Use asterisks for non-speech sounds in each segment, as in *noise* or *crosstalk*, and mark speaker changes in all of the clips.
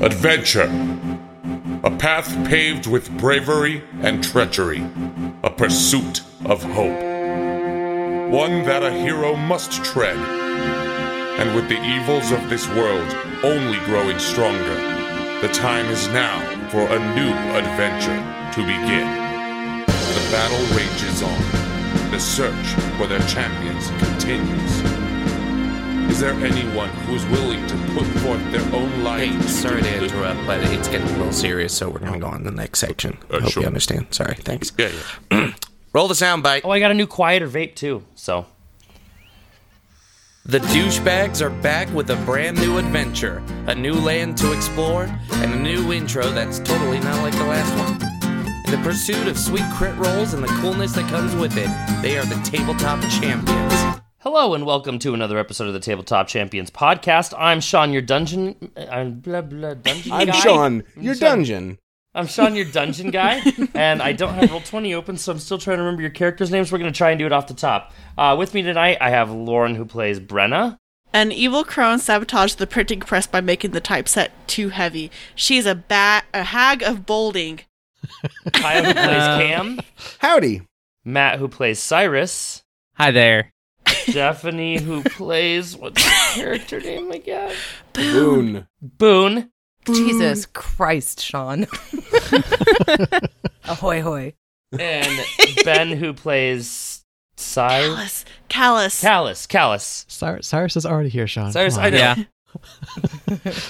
Speaker 1: Adventure. A path paved with bravery and treachery. A pursuit of hope. One that a hero must tread. And with the evils of this world only growing stronger, the time is now for a new adventure to begin. The battle rages on. The search for their champions continues. Is there anyone who is willing to put forth their own life?
Speaker 2: Hey, sorry to interrupt, but it's getting a little serious, so we're gonna go on to the next section.
Speaker 1: Uh,
Speaker 2: I hope
Speaker 1: sure.
Speaker 2: you understand. Sorry, thanks.
Speaker 1: Yeah, yeah.
Speaker 2: Roll the soundbite.
Speaker 3: Oh, I got a new quieter vape too. So
Speaker 2: The douchebags are back with a brand new adventure, a new land to explore, and a new intro that's totally not like the last one. In the pursuit of sweet crit rolls and the coolness that comes with it, they are the tabletop champions.
Speaker 3: Hello and welcome to another episode of the Tabletop Champions podcast. I'm Sean, your dungeon. uh, I'm blah blah dungeon.
Speaker 4: I'm
Speaker 3: guy.
Speaker 4: Sean, your dungeon.
Speaker 3: I'm Sean, your dungeon
Speaker 4: *laughs*
Speaker 3: guy, and I don't have roll twenty open, so I'm still trying to remember your characters' names. We're gonna try and do it off the top. Uh, with me tonight, I have Lauren, who plays Brenna.
Speaker 5: An evil crone sabotaged the printing press by making the typeset too heavy. She's a bat, a hag of bolding.
Speaker 3: Kyle, who plays Cam.
Speaker 4: Howdy.
Speaker 3: Matt, who plays Cyrus.
Speaker 6: Hi there.
Speaker 3: Stephanie, who plays what's her character name again?
Speaker 4: Boon.
Speaker 3: Boone.
Speaker 7: Jesus Christ, Sean. *laughs* ahoy, hoy.
Speaker 3: and Ben, who plays Cyrus.
Speaker 5: Callous, callous.
Speaker 3: Callus, Callus.
Speaker 8: Cyrus, Cyrus is already here, Sean.
Speaker 3: Cyrus,
Speaker 8: Come on.
Speaker 3: I know.
Speaker 6: Yeah.
Speaker 8: Ev-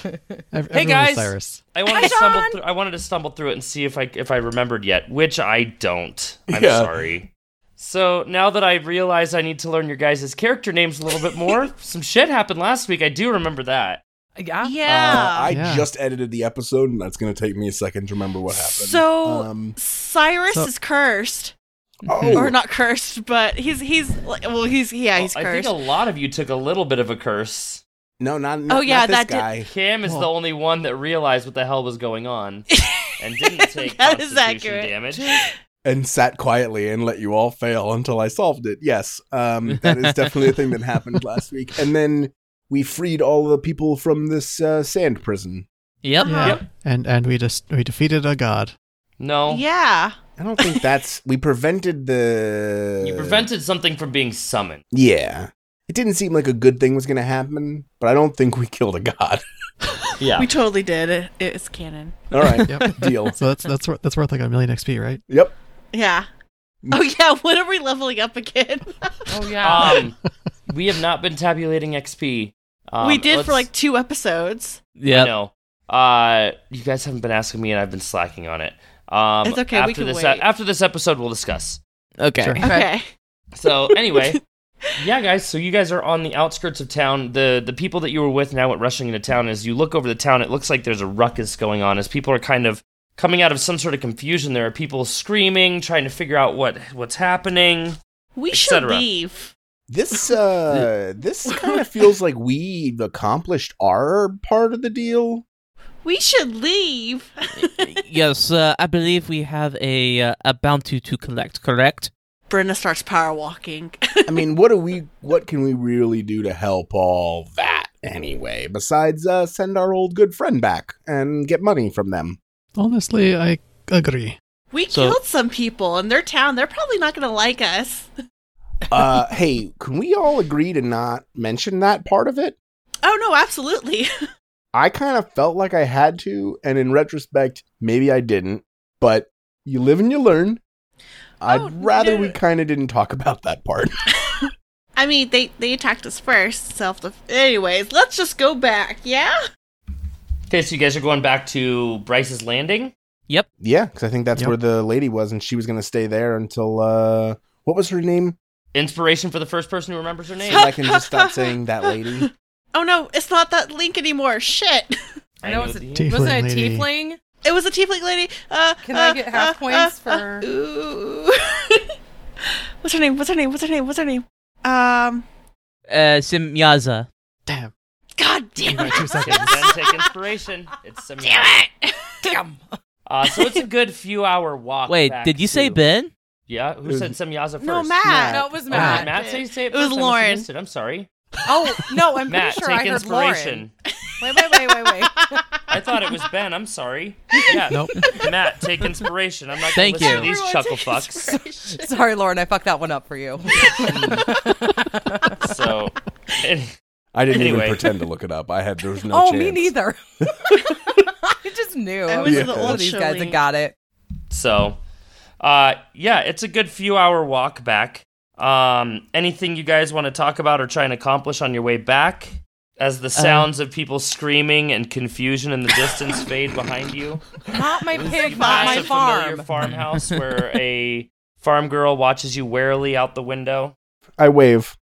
Speaker 3: Hey,
Speaker 8: everyone is
Speaker 3: guys.
Speaker 8: Cyrus.
Speaker 3: I wanted
Speaker 5: Hi,
Speaker 3: to stumble.
Speaker 5: Sean.
Speaker 3: Through, I wanted to stumble through it and see if I if I remembered yet, which I don't. I'm
Speaker 4: Yeah.
Speaker 3: sorry. So now that I realize I need to learn your guys' character names a little bit
Speaker 5: *laughs*
Speaker 3: more, some shit happened last week. I do remember that.
Speaker 7: Yeah.
Speaker 4: Uh,
Speaker 5: yeah.
Speaker 4: I
Speaker 8: Yeah.
Speaker 4: just edited the episode, and that's going to take me a second to remember what happened.
Speaker 5: so
Speaker 4: Um,
Speaker 5: Cyrus
Speaker 8: so-
Speaker 5: is cursed,
Speaker 4: oh,
Speaker 5: or not cursed, but he's he's well, he's yeah, he's
Speaker 3: I think
Speaker 5: cursed.
Speaker 3: a lot of you took a little bit of a curse.
Speaker 4: no, not,
Speaker 5: Oh,
Speaker 4: oh,
Speaker 5: yeah,
Speaker 4: yeah, this
Speaker 5: that did-
Speaker 4: guy.
Speaker 3: Cam is the
Speaker 8: Well-
Speaker 3: only one that realized what the hell was going
Speaker 5: *laughs*
Speaker 3: on and didn't take
Speaker 5: That is
Speaker 3: constitution
Speaker 5: accurate.
Speaker 3: damage.
Speaker 4: And sat quietly and let you all fail until I solved it. Yes, um, that is definitely a thing that
Speaker 3: *laughs*
Speaker 4: happened last week. And then we freed all the people from this uh, sand prison.
Speaker 6: Yep.
Speaker 8: Yeah.
Speaker 3: Yep.
Speaker 8: And and we just we defeated a god.
Speaker 3: No,
Speaker 5: yeah,
Speaker 4: I don't think that's. we prevented the.
Speaker 3: you prevented something from being summoned.
Speaker 4: Yeah. It didn't seem like a good thing was going to happen, but I don't think we killed a god. *laughs*
Speaker 3: Yeah,
Speaker 5: we totally did. It, it's canon.
Speaker 4: All right.
Speaker 3: *laughs*
Speaker 8: Yep.
Speaker 4: *laughs* Deal.
Speaker 8: So that's that's worth that's worth like a million XP, right?
Speaker 4: Yep.
Speaker 5: Yeah.
Speaker 4: Mm.
Speaker 5: Oh yeah. *laughs* When are we leveling up again?
Speaker 7: Oh, yeah.
Speaker 3: um, we have not been tabulating XP. Um,
Speaker 5: we did for
Speaker 3: let's-
Speaker 5: like two episodes.
Speaker 3: I
Speaker 6: Yep.
Speaker 3: know. Uh, you guys haven't been asking me, and I've been slacking on it. Um,
Speaker 5: It's okay, we
Speaker 3: After
Speaker 5: can
Speaker 3: this,
Speaker 5: wait.
Speaker 3: after this episode, we'll discuss.
Speaker 6: Okay.
Speaker 8: Sure.
Speaker 7: Okay.
Speaker 5: Okay. *laughs*
Speaker 3: So anyway, yeah, guys. So you guys are on the outskirts of town. the The people that you were with now went rushing into town. As you look over the town, it looks like there's a ruckus going on. As people are kind of coming out of some sort of confusion, there are people screaming, trying to figure out what what's happening.
Speaker 5: We
Speaker 3: Et
Speaker 5: should
Speaker 3: cetera.
Speaker 5: leave.
Speaker 4: This uh this kind of feels like we've accomplished our part of the deal.
Speaker 5: We should leave.
Speaker 6: *laughs* yes, uh, I believe we have a uh, a bounty to collect. Correct.
Speaker 5: Brenda starts power walking. *laughs*
Speaker 4: I mean, what do we what can we really do to help all that anyway besides uh send our old good friend back and get money from them?
Speaker 8: Honestly, I agree.
Speaker 5: We
Speaker 6: So-
Speaker 5: killed some people in their town. They're probably not going to like us.
Speaker 4: Uh hey, can we all agree to not mention that part of it?
Speaker 5: Oh no, absolutely. *laughs*
Speaker 4: I kind of felt like I had to and in retrospect, maybe I didn't, but you live and you learn. I'd
Speaker 5: Oh,
Speaker 4: rather
Speaker 5: no.
Speaker 4: we kind of didn't talk about that part.
Speaker 5: I mean, they they attacked us first. Self. def- Anyways, let's just go back. Yeah.
Speaker 3: Okay, so you guys are going back to Bryce's Landing.
Speaker 6: Yep.
Speaker 4: Yeah, because I think that's
Speaker 8: Yep.
Speaker 4: where the lady was, and she was going to stay there until uh, what was her name?
Speaker 3: Inspiration for the first person who remembers her name.
Speaker 4: If I can just stop saying that lady.
Speaker 5: Oh no, it's not that link anymore. Shit. *laughs*
Speaker 7: I know it's a
Speaker 3: the-
Speaker 7: *laughs*
Speaker 8: Tiefling
Speaker 7: wasn't it a
Speaker 8: lady.
Speaker 7: tiefling?
Speaker 5: It was a tiefling lady. Uh,
Speaker 7: Can I
Speaker 5: uh,
Speaker 7: get half
Speaker 5: uh,
Speaker 7: points
Speaker 5: uh, uh,
Speaker 7: for-
Speaker 5: ooh. *laughs* What's her name? What's her name? What's her name? What's her name? Um.
Speaker 6: Uh, Simyaza.
Speaker 8: Damn.
Speaker 5: God
Speaker 6: *laughs*
Speaker 5: damn
Speaker 8: Wait two
Speaker 5: it.
Speaker 3: Okay,
Speaker 8: seconds.
Speaker 3: then take inspiration. It's
Speaker 7: *laughs*
Speaker 3: similar.
Speaker 5: Damn it.
Speaker 7: *laughs* Damn.
Speaker 3: Uh, so it's a good few hour walk.
Speaker 6: Wait,
Speaker 3: back
Speaker 6: did you say
Speaker 3: to-
Speaker 6: Ben?
Speaker 3: Yeah, who said Semyaza first?
Speaker 5: No, Matt.
Speaker 7: No, it was
Speaker 3: Oh,
Speaker 7: Matt.
Speaker 3: did Matt say, say it,
Speaker 5: It
Speaker 3: first? I
Speaker 5: was
Speaker 3: must have
Speaker 5: Lauren.
Speaker 3: missed it. I'm sorry.
Speaker 7: Oh, no, I'm
Speaker 3: Matt,
Speaker 7: pretty sure
Speaker 3: take
Speaker 7: I heard
Speaker 3: inspiration.
Speaker 7: *laughs* Lauren. Wait, wait, wait, wait, wait.
Speaker 3: I thought it it was Ben. I'm
Speaker 7: *laughs*
Speaker 3: sorry. Yeah.
Speaker 8: Nope.
Speaker 3: Matt, take inspiration. I'm not going
Speaker 6: Thank
Speaker 3: to listen to
Speaker 6: you.
Speaker 3: these chuckle fucks.
Speaker 7: Sorry, Lauren, I fucked that one up for you.
Speaker 3: So,
Speaker 7: *laughs*
Speaker 3: and-
Speaker 4: I didn't
Speaker 3: Anyway.
Speaker 4: even pretend to look it up. I had there was no.
Speaker 7: oh,
Speaker 4: chance.
Speaker 7: me *laughs* neither. I just knew.
Speaker 5: I
Speaker 7: I
Speaker 5: was
Speaker 7: was
Speaker 4: Yeah.
Speaker 5: the
Speaker 7: one
Speaker 4: One
Speaker 5: old
Speaker 7: of these
Speaker 5: show
Speaker 7: guys that
Speaker 5: lead.
Speaker 7: got it.
Speaker 3: so, uh, yeah, it's a good few hour walk back. Um, anything you guys want to talk about or try and accomplish on your way back? As
Speaker 7: Uh,
Speaker 3: the sounds of people screaming and confusion in the distance fade behind
Speaker 7: *laughs*
Speaker 3: you,
Speaker 7: Not my pig,
Speaker 3: pass
Speaker 7: not my
Speaker 3: a familiar
Speaker 7: farm. *laughs*
Speaker 3: farmhouse where a farm girl watches you warily out the window.
Speaker 4: I wave.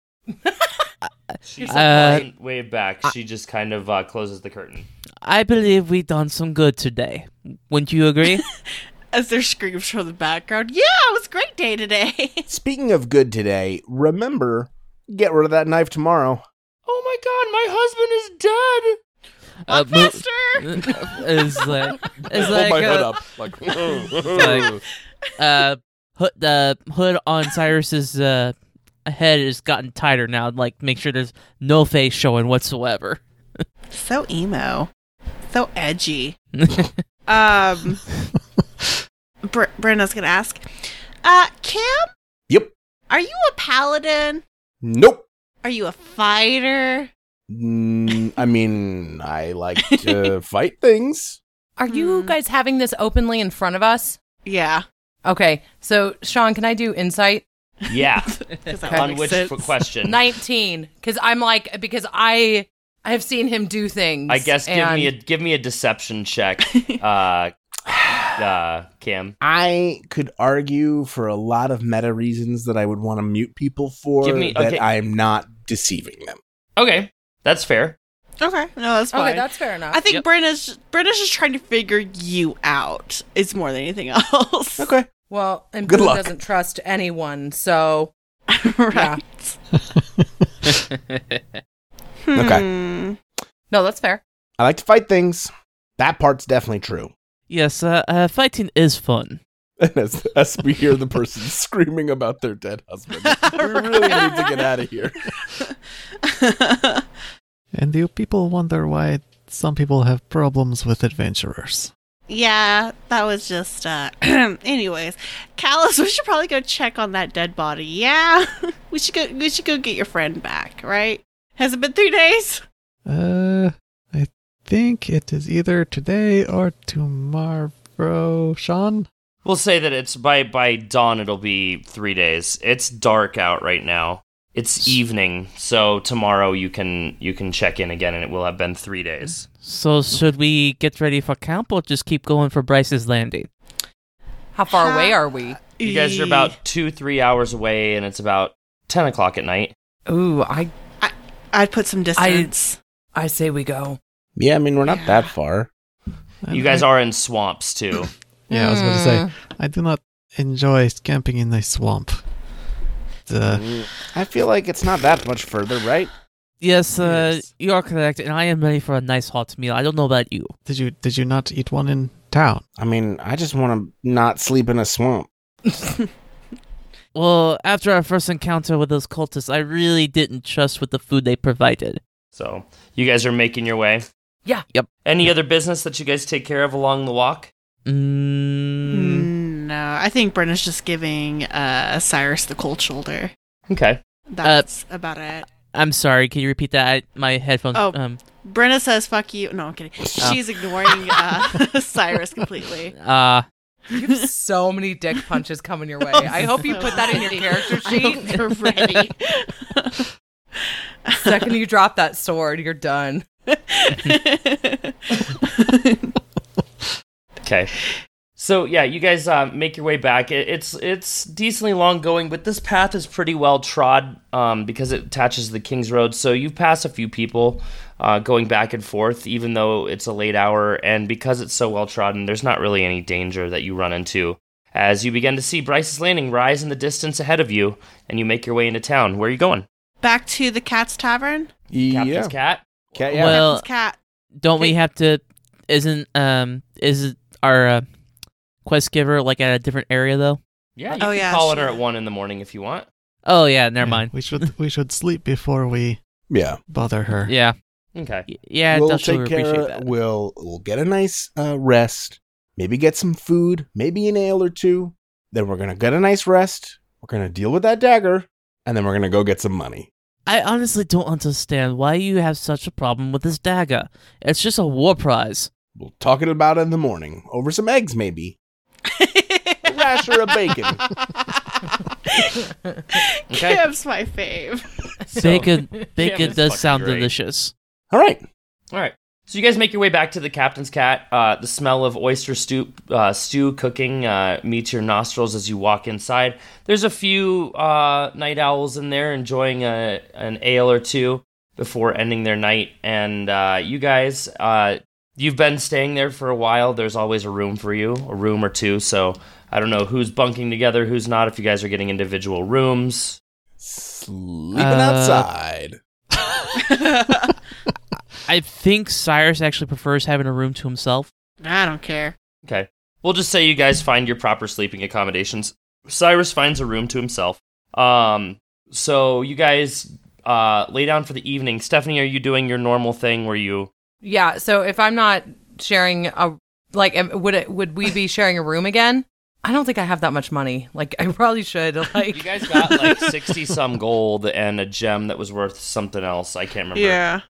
Speaker 3: She
Speaker 6: Uh,
Speaker 3: doesn't wave back. She just kind of uh, closes the curtain.
Speaker 6: I believe we done some good today. Wouldn't you *laughs* agree?
Speaker 5: *laughs* As there screams from the background, yeah, it was a great day today.
Speaker 4: Speaking of good today, remember get rid of that knife tomorrow.
Speaker 3: Oh my god, my husband is dead.
Speaker 6: uh, mo-
Speaker 5: Faster!
Speaker 6: *laughs* it's like it's like uh,
Speaker 4: up. Like,
Speaker 6: like, uh, hood, the hood on Cyrus's uh, head has gotten tighter now. Like, make sure there's no face showing whatsoever. *laughs*
Speaker 5: So emo. So edgy. Um Br- Brenna's going to ask, "Uh, Kim,
Speaker 4: yep.
Speaker 5: are you a paladin?
Speaker 4: Nope.
Speaker 5: Are you a fighter?"
Speaker 4: Mm, I mean, I like
Speaker 3: *laughs*
Speaker 4: to fight things.
Speaker 7: Are you guys having this openly in front of us?
Speaker 5: Yeah. *laughs*
Speaker 7: Okay, so Sean, can I do insight? *laughs*
Speaker 3: Yeah.
Speaker 5: 'cause that
Speaker 3: on
Speaker 5: makes
Speaker 3: which
Speaker 5: sense.
Speaker 3: for question?
Speaker 7: 19. Because I'm like, because I I have seen him do things.
Speaker 3: I guess give me a
Speaker 7: and-
Speaker 3: give me a deception
Speaker 7: *laughs*
Speaker 3: check, uh, uh, Cam.
Speaker 4: I could argue for a lot of meta reasons that I would want to mute people for
Speaker 3: Give me- okay.
Speaker 4: that I am not deceiving them.
Speaker 3: Okay, that's fair.
Speaker 5: Okay. No, that's fine.
Speaker 7: Okay, that's fair enough.
Speaker 5: I think
Speaker 6: Yep.
Speaker 5: Brenna's Brenna's just trying to figure you out. Is more than anything *laughs* else.
Speaker 4: Okay.
Speaker 7: Well, and
Speaker 4: Good
Speaker 7: Boo
Speaker 4: luck.
Speaker 7: doesn't trust anyone, so
Speaker 5: right.
Speaker 4: Okay.
Speaker 5: Hmm.
Speaker 7: no, that's fair.
Speaker 4: I like to fight things. That part's definitely true. *laughs*
Speaker 6: yes, uh, uh, fighting is fun.
Speaker 4: And as, as we hear the
Speaker 3: *laughs*
Speaker 4: person screaming about their dead husband, we really need to get out of here.
Speaker 8: And you people wonder why some people have problems with adventurers.
Speaker 5: *laughs* yeah, that was just. uh *clears throat* Anyways, Callus, we should probably go check on that dead body. Yeah, *laughs* we should go. We should go get your friend back. Right? Has it been three days?
Speaker 8: Uh, I think it is either today or tomorrow, Sean.
Speaker 3: We'll say that it's by by dawn. It'll be three days. It's dark out right now. It's evening, so tomorrow you can you can check in again, and it will have been three days.
Speaker 6: So, should we get ready for camp or just keep going for Bryce's landing?
Speaker 7: How far
Speaker 5: How-
Speaker 7: away are we?
Speaker 3: You guys are
Speaker 5: E
Speaker 3: about two three hours away, and it's about ten o'clock at night.
Speaker 7: Ooh, I
Speaker 5: I'd put some distance.
Speaker 7: I say we go.
Speaker 4: Yeah, I mean, we're not that far.
Speaker 3: You guys are in swamps too.
Speaker 8: Yeah, I was going to say, I do not enjoy camping in a swamp. The,
Speaker 4: I feel like it's not that much further, right?
Speaker 6: Yes, uh,
Speaker 8: Yes.
Speaker 6: you are correct, and I am ready for a nice hot meal. I don't know about you.
Speaker 8: did you did you not eat one in town?
Speaker 4: I mean, I just want to not sleep in a swamp.
Speaker 6: Well, after our first encounter with those cultists, I really didn't trust with the food they provided.
Speaker 3: So you guys are making your way.
Speaker 7: Yeah.
Speaker 6: Yep.
Speaker 3: Any other business that you guys take care of along the walk?
Speaker 6: Mm,
Speaker 5: Hmm. No, I think Brenna's just giving uh Cyrus the cold shoulder.
Speaker 3: Okay.
Speaker 7: Uh,
Speaker 5: That's about it.
Speaker 6: I'm sorry. Can you repeat that? I, my headphones.
Speaker 5: Oh.
Speaker 6: Um,
Speaker 5: Brenna says, "Fuck you." No, I'm kidding. She's ignoring uh, *laughs* Cyrus completely.
Speaker 6: uh,
Speaker 7: You have so many dick punches coming your way. I hope you
Speaker 5: Oh, So
Speaker 7: put that in your
Speaker 5: ready.
Speaker 7: character
Speaker 5: *laughs* I hope
Speaker 7: sheet. *laughs*
Speaker 5: You're ready.
Speaker 7: Second you drop that sword, you're done.
Speaker 3: Okay. So yeah, you guys uh, make your way back. It, it's it's decently long going, but this path is pretty well trod um, because it attaches to the King's Road. So you pass a few people uh, going back and forth, even though it's a late hour, and because it's so well trodden, there's not really any danger that you run into. As you begin to see Bryce's Landing rise in the distance ahead of you, and you make your way into town. Where are you going,
Speaker 5: Back to the cat's tavern.
Speaker 3: Captain's Cat?
Speaker 4: Cat, yeah.
Speaker 6: Well-
Speaker 5: Captain's cat.
Speaker 6: don't we have to? Isn't um, is our uh, quest giver like at a different area though?
Speaker 3: Yeah, you
Speaker 5: Oh,
Speaker 3: can
Speaker 5: yeah,
Speaker 3: call
Speaker 5: sure.
Speaker 3: on her at one in the morning if you want.
Speaker 6: Oh yeah, never
Speaker 8: Yeah,
Speaker 6: mind.
Speaker 8: We should we should sleep before we
Speaker 4: yeah.
Speaker 8: bother her.
Speaker 6: Yeah,
Speaker 3: Okay.
Speaker 6: Y- Yeah,
Speaker 4: we'll
Speaker 6: Dutch will
Speaker 4: take care.
Speaker 6: appreciate
Speaker 4: Of,
Speaker 6: that.
Speaker 4: We'll we'll get a nice uh, rest. Maybe get some food. Maybe an ale or two. Then we're gonna get a nice rest. We're gonna deal with that dagger, and then we're gonna go get some money.
Speaker 6: I honestly don't understand why you have such a problem with this dagger. It's just a war prize.
Speaker 4: We'll talk it about in the morning over some eggs, maybe a *laughs* rash or a
Speaker 6: *laughs*
Speaker 4: bacon.
Speaker 3: Okay.
Speaker 5: Kim's my fave.
Speaker 6: *laughs* bacon
Speaker 3: Yeah,
Speaker 6: bacon
Speaker 3: it's
Speaker 6: does
Speaker 3: fucking
Speaker 6: sound
Speaker 3: great.
Speaker 6: delicious.
Speaker 4: All right.
Speaker 3: All right. So you guys make your way back to the captain's cat. Uh, the smell of oyster stew, uh, stew cooking uh, meets your nostrils as you walk inside. There's a few uh, night owls in there enjoying a, an ale or two before ending their night. And uh, you guys, uh, you've been staying there for a while. There's always a room for you, a room or two. So I don't know who's bunking together, who's not. If you guys are getting individual rooms,
Speaker 4: Sleeping
Speaker 6: Uh,
Speaker 4: outside.
Speaker 6: I think Cyrus actually prefers having a room to himself.
Speaker 5: I don't care.
Speaker 3: Okay. We'll just say you guys find your proper sleeping accommodations. Cyrus finds a room to himself. Um, so you guys uh, lay down for the evening. Stephanie, are you doing your normal thing where you?
Speaker 7: Yeah. So if I'm not sharing a like, am- would it would we be sharing a room again? I don't think I have that much money. Like I probably should. *laughs* Like
Speaker 3: You guys got *laughs* like sixty some gold and a gem that was worth something else. I can't remember.
Speaker 5: Yeah.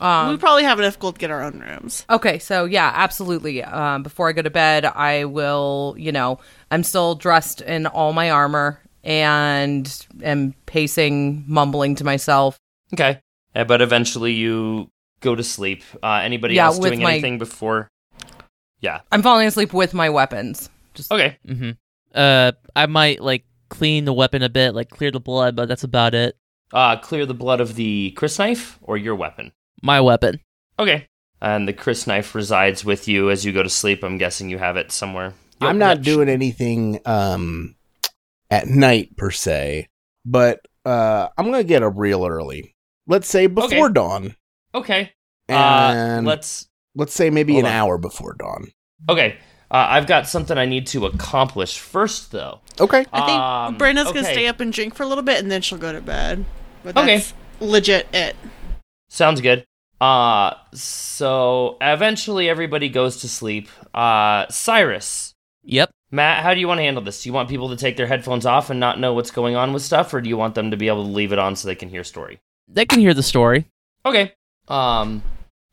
Speaker 5: we
Speaker 7: Um,
Speaker 5: probably have enough gold to get our own rooms.
Speaker 7: okay. So yeah, absolutely. Um, before I go to bed, I will. You know, I'm still dressed in all my armor and am pacing, mumbling to myself.
Speaker 3: Okay. Uh, but eventually you go to sleep. Uh, anybody
Speaker 7: Yeah,
Speaker 3: else
Speaker 7: with
Speaker 3: doing
Speaker 7: my-
Speaker 3: anything before?
Speaker 7: I'm falling asleep with my weapons. Just
Speaker 3: Okay.
Speaker 6: hmm Uh, I might like clean the weapon a bit, like clear the blood, but that's about it.
Speaker 3: Uh, clear the blood of the Chris knife or your weapon.
Speaker 6: My weapon.
Speaker 3: Okay. And the Chris knife resides with you as you go to sleep. I'm guessing you have it somewhere.
Speaker 4: I'm
Speaker 3: Yep,
Speaker 4: not
Speaker 3: yep.
Speaker 4: doing anything um at night per se, but uh I'm gonna get up real early. Let's say before dawn.
Speaker 3: Okay. Uh,
Speaker 4: And let's,
Speaker 3: let's.
Speaker 4: say maybe
Speaker 3: hold
Speaker 4: an
Speaker 3: on.
Speaker 4: hour before dawn.
Speaker 3: Okay. Uh, I've got something I need to accomplish first, though.
Speaker 4: Okay.
Speaker 5: I think
Speaker 3: Um,
Speaker 5: Brenda's gonna
Speaker 3: okay.
Speaker 5: stay up and drink for a little bit, and then she'll go to bed. But
Speaker 3: Okay.
Speaker 5: that's legit. It.
Speaker 3: Sounds good. Uh, so eventually everybody goes to sleep. Uh, Cyrus,
Speaker 6: Yep.
Speaker 3: Matt, how do you want to handle this? Do you want people to take their headphones off and not know what's going on with stuff, or do you want them to be able to leave it on so they can hear story?
Speaker 6: They can hear the story.
Speaker 3: Okay. Um,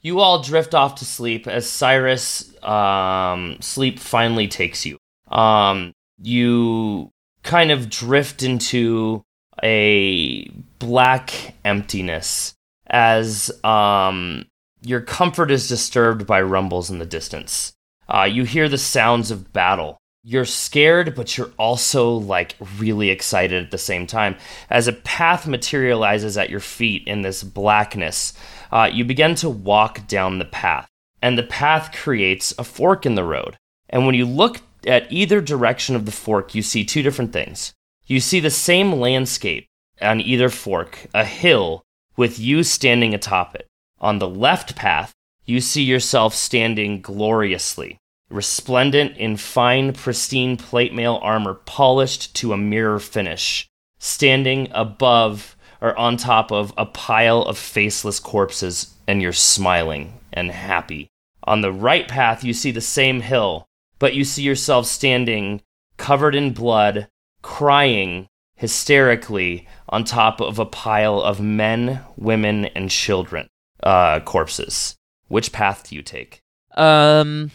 Speaker 3: you all drift off to sleep as Cyrus, um, sleep finally takes you. Um, you kind of drift into a black emptiness as, um, your comfort is disturbed by rumbles in the distance. Uh, you hear the sounds of battle. You're scared, but you're also like really excited at the same time. As a path materializes at your feet in this blackness, uh, you begin to walk down the path, and the path creates a fork in the road. And when you look at either direction of the fork, you see two different things. You see the same landscape on either fork, a hill with you standing atop it. On the left path, you see yourself standing gloriously, resplendent in fine, pristine plate mail armor polished to a mirror finish, standing above or on top of a pile of faceless corpses, and you're smiling and happy. On the right path, you see the same hill, but you see yourself standing covered in blood, crying hysterically on top of a pile of men, women, and children uh, corpses. Which path do you take?
Speaker 6: Um,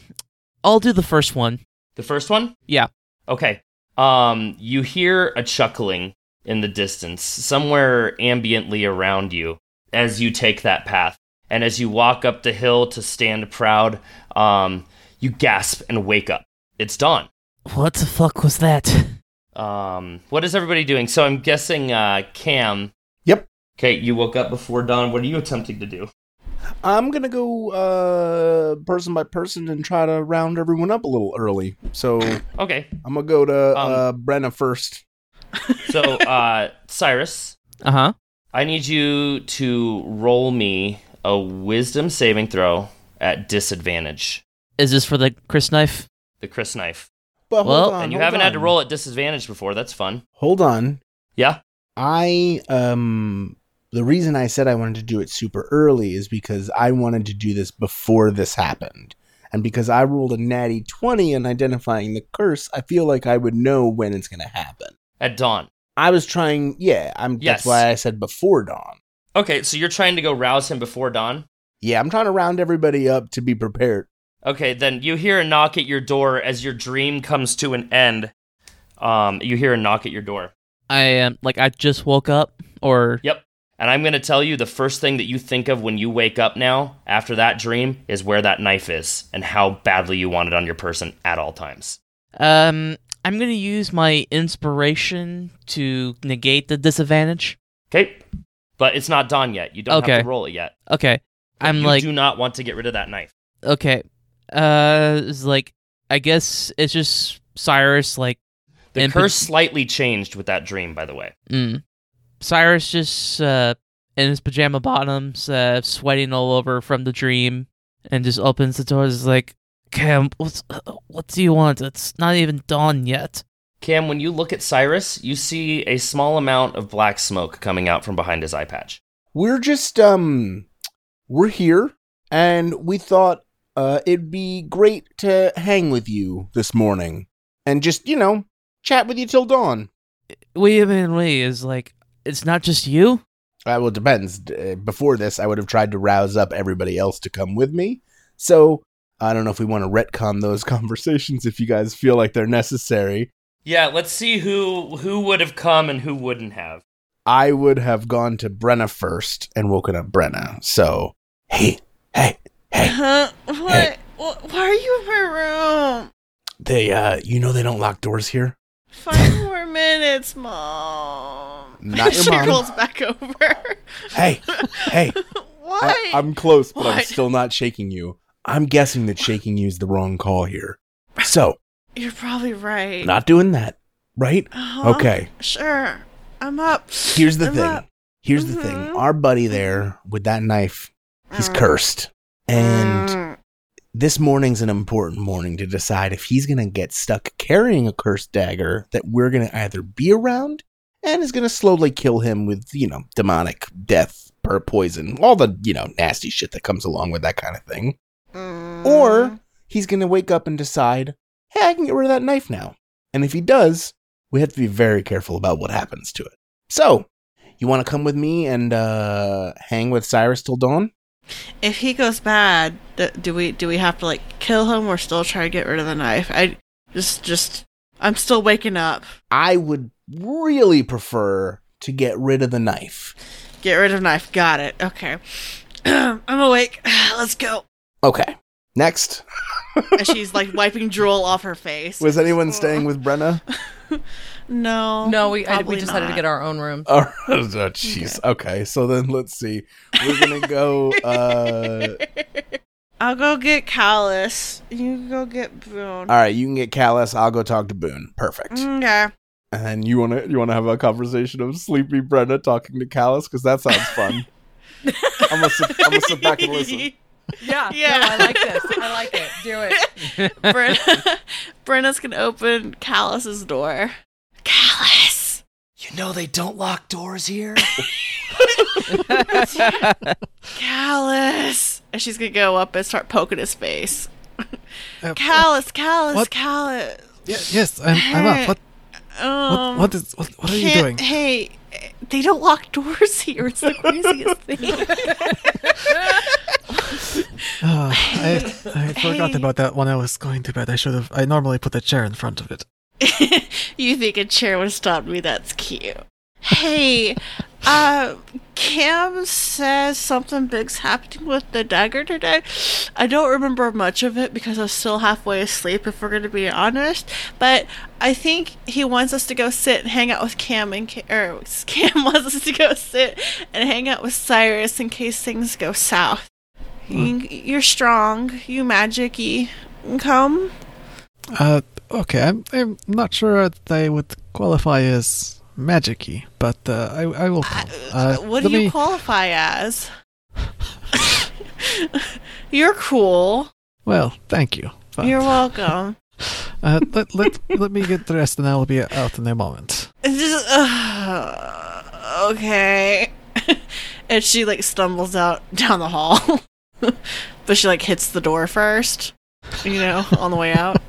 Speaker 6: I'll do the first one.
Speaker 3: The first one?
Speaker 6: Yeah.
Speaker 3: Okay. Um, you hear a chuckling in the distance, somewhere ambiently around you, as you take that path. And as you walk up the hill to stand proud, um, you gasp and wake up. It's dawn.
Speaker 6: What the fuck was that?
Speaker 3: Um, what is everybody doing? So I'm guessing uh, Cam.
Speaker 4: Yep.
Speaker 3: Okay, you woke up before dawn. What are you attempting to do?
Speaker 4: I'm gonna go uh person by person and try to round everyone up a little early. So I'm
Speaker 3: Okay,
Speaker 4: gonna go to
Speaker 3: Um,
Speaker 4: uh Brenna first.
Speaker 3: so uh, Cyrus,
Speaker 6: Uh huh.
Speaker 3: I need you to roll me a wisdom saving throw at disadvantage.
Speaker 6: Is this for the Chris knife?
Speaker 3: The Chris knife.
Speaker 4: But hold
Speaker 6: Well,
Speaker 4: on,
Speaker 3: and you
Speaker 4: hold
Speaker 3: haven't had to
Speaker 4: on.
Speaker 3: roll at disadvantage before. That's fun.
Speaker 4: Hold on.
Speaker 3: Yeah.
Speaker 4: I um The reason I said I wanted to do it super early is because I wanted to do this before this happened. And because I rolled a natty 20 in identifying the curse, I feel like I would know when it's going to happen.
Speaker 3: at dawn.
Speaker 4: I was trying, yeah, I'm
Speaker 3: Yes.
Speaker 4: that's why I said before dawn.
Speaker 3: Okay, so you're trying to go rouse him before dawn?
Speaker 4: Yeah, I'm trying to round everybody up to be prepared.
Speaker 3: Okay, then you hear a knock at your door as your dream comes to an end. Um, you hear a knock at your door.
Speaker 6: I am like I just woke up, or
Speaker 3: Yep. And I'm going to tell you the first thing that you think of when you wake up now after that dream is where that knife is and how badly you want it on your person at all times.
Speaker 6: um, I'm gonna use my inspiration to negate the disadvantage.
Speaker 3: Okay? But it's not dawn yet. You don't
Speaker 6: Okay.
Speaker 3: have to roll it yet.
Speaker 6: Okay,
Speaker 3: But
Speaker 6: I'm
Speaker 3: you
Speaker 6: like
Speaker 3: do not want to get rid of that knife.
Speaker 6: okay, uh, it's like I guess it's just Cyrus like
Speaker 3: The
Speaker 6: And-
Speaker 3: curse slightly changed with that dream, by the way.
Speaker 6: Mm. Cyrus just uh, in his pajama bottoms, uh, sweating all over from the dream, and just opens the door. Is like, Cam, what's, uh, what do you want? It's not even dawn yet.
Speaker 3: Cam, when you look at Cyrus, you see a small amount of black smoke coming out from behind his eye patch.
Speaker 4: We're just um we're here and we thought uh it'd be great to hang with you this morning and just, you know, chat with you till dawn.
Speaker 6: Wait a minute, wait. Is like, it's not just you.
Speaker 4: Uh, well, it depends. D- uh, Before this, I would have tried to rouse up everybody else to come with me. So I don't know if we want to retcon those *laughs* conversations if you guys feel like they're necessary.
Speaker 3: Yeah, let's see who who would have come and who wouldn't have.
Speaker 4: I would have gone to Brenna first and woken up Brenna. So hey, hey, hey,
Speaker 5: Huh? *laughs* What? Wh- Why are you in my room?
Speaker 4: they uh, you know they don't lock doors here.
Speaker 5: Five more minutes, mom.
Speaker 4: *laughs* Not your
Speaker 5: she
Speaker 4: mom.
Speaker 5: rolls back over.
Speaker 4: Hey, hey,
Speaker 5: *laughs* Why?
Speaker 4: I, I'm close, but I'm
Speaker 5: Why?
Speaker 4: still not shaking you. I'm guessing that shaking you is the wrong call here. So
Speaker 5: You're probably right.
Speaker 4: not doing that, right?
Speaker 5: Uh-huh.
Speaker 4: Okay.
Speaker 5: Sure. I'm up.
Speaker 4: Here's the
Speaker 5: I'm
Speaker 4: thing.
Speaker 5: up.
Speaker 4: Here's the thing.
Speaker 5: Mhm.
Speaker 4: Our buddy there with that knife, he's
Speaker 5: Mm.
Speaker 4: cursed. And
Speaker 5: Mm.
Speaker 4: this morning's an important morning to decide if he's going to get stuck carrying a cursed dagger that we're going to either be around and is going to slowly kill him with, you know, demonic death, per poison, all the, you know, nasty shit that comes along with that kind of thing.
Speaker 5: Mm.
Speaker 4: Or he's going to wake up and decide, hey, I can get rid of that knife now. And if he does, we have to be very careful about what happens to it. So, you want to come with me and uh, hang with Cyrus till dawn?
Speaker 5: if he goes bad, th- do we do we have to like kill him or still try to get rid of the knife? I just just I'm still waking up.
Speaker 4: I would really prefer to get rid of the knife.
Speaker 5: Get rid of knife. Got it. Okay. *clears throat* I'm awake. *sighs* Let's go.
Speaker 4: Okay. Next.
Speaker 5: And she's like wiping drool off her face.
Speaker 4: Was anyone staying with Brenna?
Speaker 5: No.
Speaker 7: No, we I, we
Speaker 5: probably
Speaker 7: decided to
Speaker 5: not.
Speaker 7: get our own room.
Speaker 4: *laughs* Oh, jeez. Okay. So then let's see. We're going to go. Uh,
Speaker 5: I'll go get Callus. You go get Boone.
Speaker 4: *laughs* all right. You can get Callus. I'll go talk to Boone. Perfect.
Speaker 5: Okay.
Speaker 4: And you want to you want to have a conversation of sleepy Brenna talking to Callus because that sounds
Speaker 7: *laughs*
Speaker 4: fun. I'm gonna sit, I'm gonna sit back
Speaker 5: *laughs*
Speaker 4: and listen.
Speaker 7: *laughs*
Speaker 5: Yeah.
Speaker 7: Yeah, yeah. I like this. I like it. Do it.
Speaker 5: *laughs* Brenna, Brenna's gonna open Callus's door.
Speaker 8: *laughs*
Speaker 5: Callus,
Speaker 2: You know they don't lock doors here.
Speaker 5: Callus, and she's gonna go up and start poking his face.
Speaker 8: Uh,
Speaker 5: Callus, Callus,
Speaker 8: What?
Speaker 5: Callus.
Speaker 8: yeah, yes, I'm, I'm up. What,
Speaker 5: Um,
Speaker 8: what, what is, what, what are you
Speaker 5: can't- *sighs*
Speaker 8: doing?
Speaker 5: Hey, they don't lock doors here. It's the craziest
Speaker 8: *laughs*
Speaker 5: thing.
Speaker 8: Oh, I, I forgot
Speaker 5: Hey.
Speaker 8: about that when I was going to bed. I should have. I normally put a chair in front of it.
Speaker 5: *laughs* you think a chair would stop me? That's cute. Hey, uh, Cam says something big's happening with the dagger today. I don't remember much of it because I was still halfway asleep, if we're going to be honest. But I think he wants us to go sit and hang out with Cam, and Ca- or *laughs* Cam wants us to go sit and hang out with Cyrus in case things go south. You- You're strong, you magic-y. Come.
Speaker 8: Uh, okay. I'm, I'm not sure that I would qualify as magicy, but uh, I, I will come. Uh,
Speaker 5: what do
Speaker 8: let
Speaker 5: you
Speaker 8: me-
Speaker 5: qualify as? *laughs* You're cool.
Speaker 8: Well, thank you. But,
Speaker 5: You're welcome.
Speaker 8: uh, let, let, let me get dressed and I'll be out in a moment.
Speaker 5: It's just, uh, okay. *laughs* and she like stumbles out *laughs* down the hall, but she like hits the door first, you know, on the way out.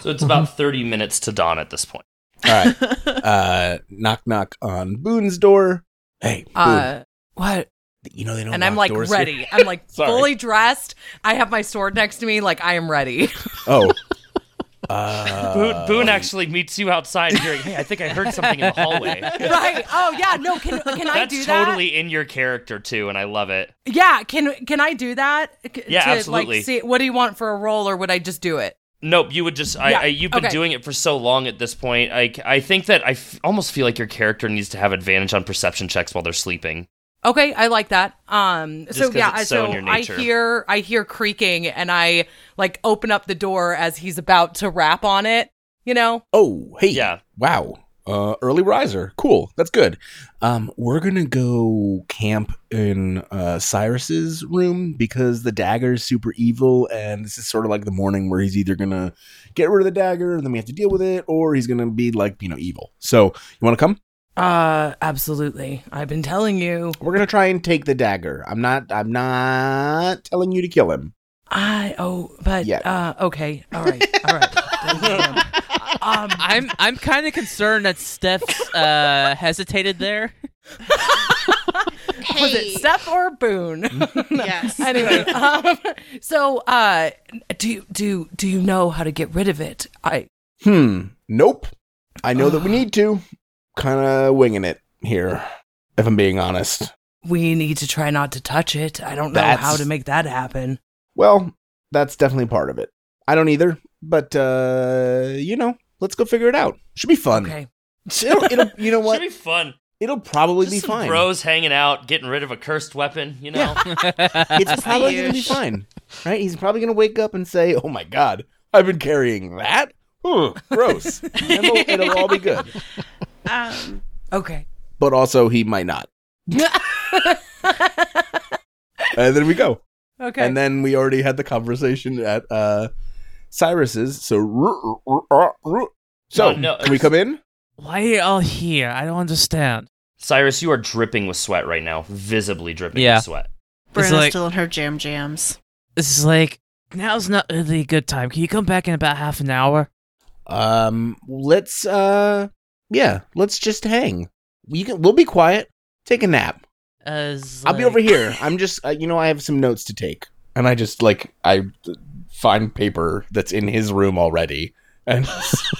Speaker 3: So it's *laughs* about 30 minutes to dawn at this point.
Speaker 4: All
Speaker 7: *laughs*
Speaker 4: right. Uh, knock knock on Boone's door. Hey,
Speaker 7: *laughs*
Speaker 4: Boone,
Speaker 7: Uh, what?
Speaker 4: you know they don't.
Speaker 7: And I'm
Speaker 4: lock
Speaker 7: like
Speaker 4: doors here?
Speaker 7: ready. I'm like
Speaker 3: *laughs* Sorry.
Speaker 7: fully dressed. I have my sword next to me. Like I am ready. *laughs*
Speaker 4: Oh. Uh,
Speaker 3: Boone, Boone actually meets you outside hearing, hey, I think I heard something in the hallway.
Speaker 7: *laughs* right? Oh yeah. No. *laughs* Can can I
Speaker 3: That's
Speaker 7: do that?
Speaker 3: totally in your character, too, and I love it.
Speaker 7: Yeah. Can can I do that? C-
Speaker 3: Yeah,
Speaker 7: to,
Speaker 3: absolutely.
Speaker 7: Like, see, what do you want for a roll, or would I just do it?
Speaker 3: Nope, you would just. I,
Speaker 7: Yeah,
Speaker 3: I you've been
Speaker 7: okay.
Speaker 3: doing it for so long at this point. I, I think that I f- almost feel like your character needs to have advantage on perception checks while they're sleeping.
Speaker 7: Okay, I like that. Um, so
Speaker 3: 'cause
Speaker 7: yeah,
Speaker 3: it's
Speaker 7: I-
Speaker 3: so
Speaker 7: so,
Speaker 3: in your
Speaker 7: I
Speaker 3: nature.
Speaker 7: hear I hear creaking, and I like open up the door as he's about to rap on it. You know,
Speaker 4: Oh, hey.
Speaker 3: Yeah.
Speaker 4: Wow. Uh, early riser. Cool. That's good. Um, we're gonna go camp in uh, Cyrus's room because the dagger is super evil, and this is sort of like the morning where he's either gonna get rid of the dagger, and then we have to deal with it, or he's gonna be like you know evil. So you want to come?
Speaker 7: uh, absolutely. I've been telling you.
Speaker 4: We're gonna try and take the dagger. I'm not. I'm not telling you to kill him.
Speaker 7: I oh, but
Speaker 4: Yeah.
Speaker 7: uh, okay, all right, all right. Damn. *laughs* um,
Speaker 6: I'm I'm kind of concerned that Steph uh, hesitated there.
Speaker 5: Hey,
Speaker 7: was it Steph or
Speaker 3: *laughs*
Speaker 7: Boone?
Speaker 5: yes.
Speaker 7: anyway, um, so uh, do you do do you know how to get rid of it? I
Speaker 4: Hmm. Nope. I know that we need to. Kind of winging it here, if I'm being honest.
Speaker 7: we need to try not to touch it. I don't know
Speaker 4: That's-
Speaker 7: how to make that happen.
Speaker 4: Well, that's definitely part of it. I don't either, but uh, you know, let's go figure it out. Should be fun.
Speaker 7: Okay.
Speaker 4: It'll, it'll, you
Speaker 3: *laughs*
Speaker 4: know
Speaker 3: Should
Speaker 4: what?
Speaker 3: be fun.
Speaker 4: It'll probably
Speaker 3: Just
Speaker 4: be
Speaker 3: some
Speaker 4: fine.
Speaker 3: bros hanging out, getting rid of a cursed weapon, you know?
Speaker 4: It's probably gonna be
Speaker 5: Yeesh.
Speaker 4: fine, right? He's probably gonna wake up and say, "Oh my god, I've been carrying that." Huh, gross. And it'll, it'll all be good,
Speaker 5: Um,
Speaker 7: Okay.
Speaker 4: but also he might not. And there we go.
Speaker 7: okay.
Speaker 4: And then we already had the conversation at uh, Cyrus's. So, ru- ru- ru- ru- so
Speaker 3: Oh, no,
Speaker 4: can we come in?
Speaker 6: Why are you all here? I don't understand.
Speaker 3: *laughs* Cyrus, you are dripping with sweat right now, visibly dripping
Speaker 6: Yeah.
Speaker 3: with sweat.
Speaker 5: Brenna's
Speaker 6: like-
Speaker 5: still in her jam jams.
Speaker 6: This is like now's not really a good time. Can you come back in about half an hour?
Speaker 4: Um, let's uh, yeah, let's just hang. We can, we'll be quiet. Take a nap.
Speaker 6: Uh, it's
Speaker 4: I'll be
Speaker 6: like-
Speaker 4: over *laughs* here. I'm just, uh, you know, I have some notes to take, and I just like I uh, find paper that's in his room already, and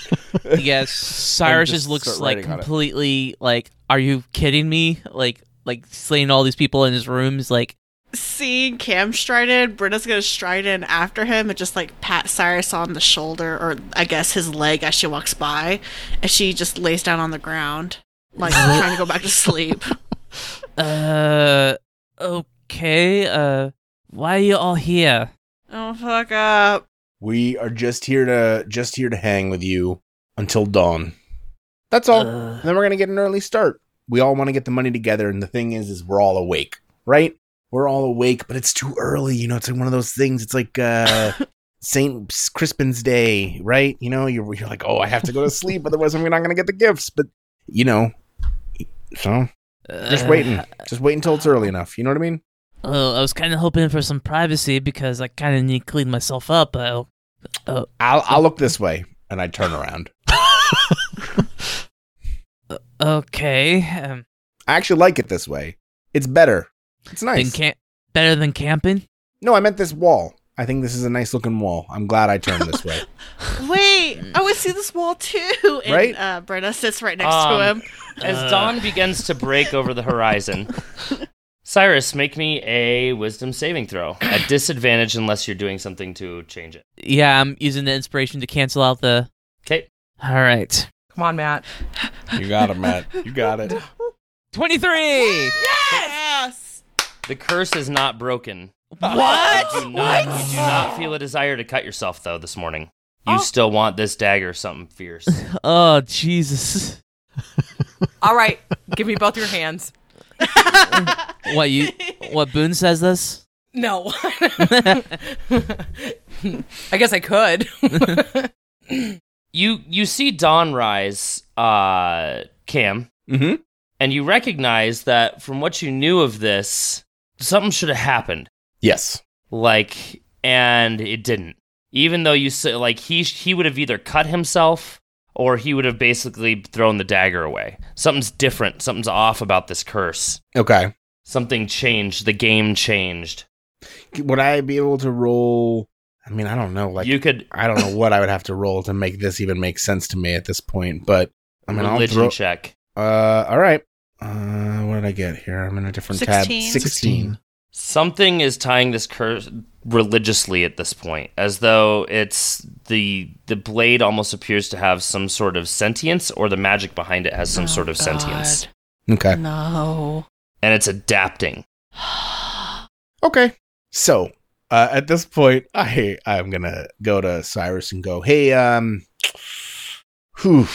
Speaker 4: *laughs*
Speaker 6: Yes, Cyrus
Speaker 4: just
Speaker 6: just looks
Speaker 4: start
Speaker 6: like
Speaker 4: writing on it.
Speaker 6: completely like, are you kidding me? Like, like slaying all these people in his rooms. Like,
Speaker 5: Seeing Cam stride in, Brenna's gonna stride in after him and just like pat Cyrus on the shoulder, or I guess his leg as she walks by, and she just lays down on the ground, like trying to go back to *laughs* sleep.
Speaker 6: uh, okay, uh, why are you all here?
Speaker 5: Oh fuck up!
Speaker 4: we are just here to just here to hang with you until dawn. That's all.
Speaker 6: Uh,
Speaker 4: then we're gonna get an early start. We all want to get the money together, and the thing is, is we're all awake, right? We're all awake, but it's too early. You know, it's like one of those things. It's like uh, Saint Crispin's Day, right? You know, you're you're like, oh, I have to go to sleep, otherwise I'm not gonna get the gifts. But you know, so just
Speaker 6: uh,
Speaker 4: waiting, just wait until it's early enough. You know what I mean?
Speaker 6: Oh, I was kind of hoping for some privacy because I kind of need to clean myself up. Oh,
Speaker 4: I'll I'll look this way, and I turn around.
Speaker 6: okay. Um,
Speaker 4: I actually like it this way. It's better. It's
Speaker 6: been
Speaker 4: nice.
Speaker 6: camp better than camping.
Speaker 4: no, I meant this wall. I think this is a nice looking wall. I'm glad I turned this way.
Speaker 5: Wait, I would see this wall too. And,
Speaker 4: Right?
Speaker 5: Uh, Brenna sits right next
Speaker 3: Um,
Speaker 5: to him.
Speaker 3: As
Speaker 6: Uh.
Speaker 3: dawn begins to break over the
Speaker 4: *laughs*
Speaker 3: horizon, Cyrus, make me a wisdom saving throw at disadvantage unless you're doing something to change it.
Speaker 6: Yeah, I'm using the inspiration to cancel out the.
Speaker 3: Okay.
Speaker 6: All right,
Speaker 7: Come on, Matt.
Speaker 4: You got it, Matt. You got it.
Speaker 6: twenty three.
Speaker 5: Yes.
Speaker 3: The curse is not broken.
Speaker 6: What?
Speaker 3: You do not, you do not feel a desire to cut yourself, though, this morning. You still want this dagger, something fierce.
Speaker 6: Oh Jesus!
Speaker 7: All right, give me both your hands.
Speaker 6: What you? What Boone says this?
Speaker 7: *laughs* No. I guess I could. *laughs*
Speaker 3: You you see dawn rise, uh, Cam,
Speaker 4: Mm-hmm.
Speaker 3: and you recognize that from what you knew of this, something should have happened.
Speaker 4: Yes.
Speaker 3: Like, and it didn't. Even though you said, like, he he would have either cut himself or he would have basically thrown the dagger away. Something's different. Something's off about this curse.
Speaker 4: Okay.
Speaker 3: Something changed. The game changed.
Speaker 4: Would I be able to roll? I mean, I don't know. Like,
Speaker 3: you could
Speaker 4: I don't know what I would have to roll to make this even make sense to me at this point. But I mean,
Speaker 3: religion
Speaker 4: I'll throw.
Speaker 3: check.
Speaker 4: Uh, all right. Uh, what did I get here? I'm in a different tab.
Speaker 5: 16.
Speaker 4: 16.
Speaker 3: Something is tying this curse religiously at this point, as though it's the the blade almost appears to have some sort of sentience, or the magic behind it has some
Speaker 5: Oh,
Speaker 3: sort of sentience,
Speaker 5: *sighs*
Speaker 4: Okay.
Speaker 5: No.
Speaker 3: and it's adapting.
Speaker 4: Okay. So uh, at this point, I I'm gonna go to Cyrus and go, hey, um, whew.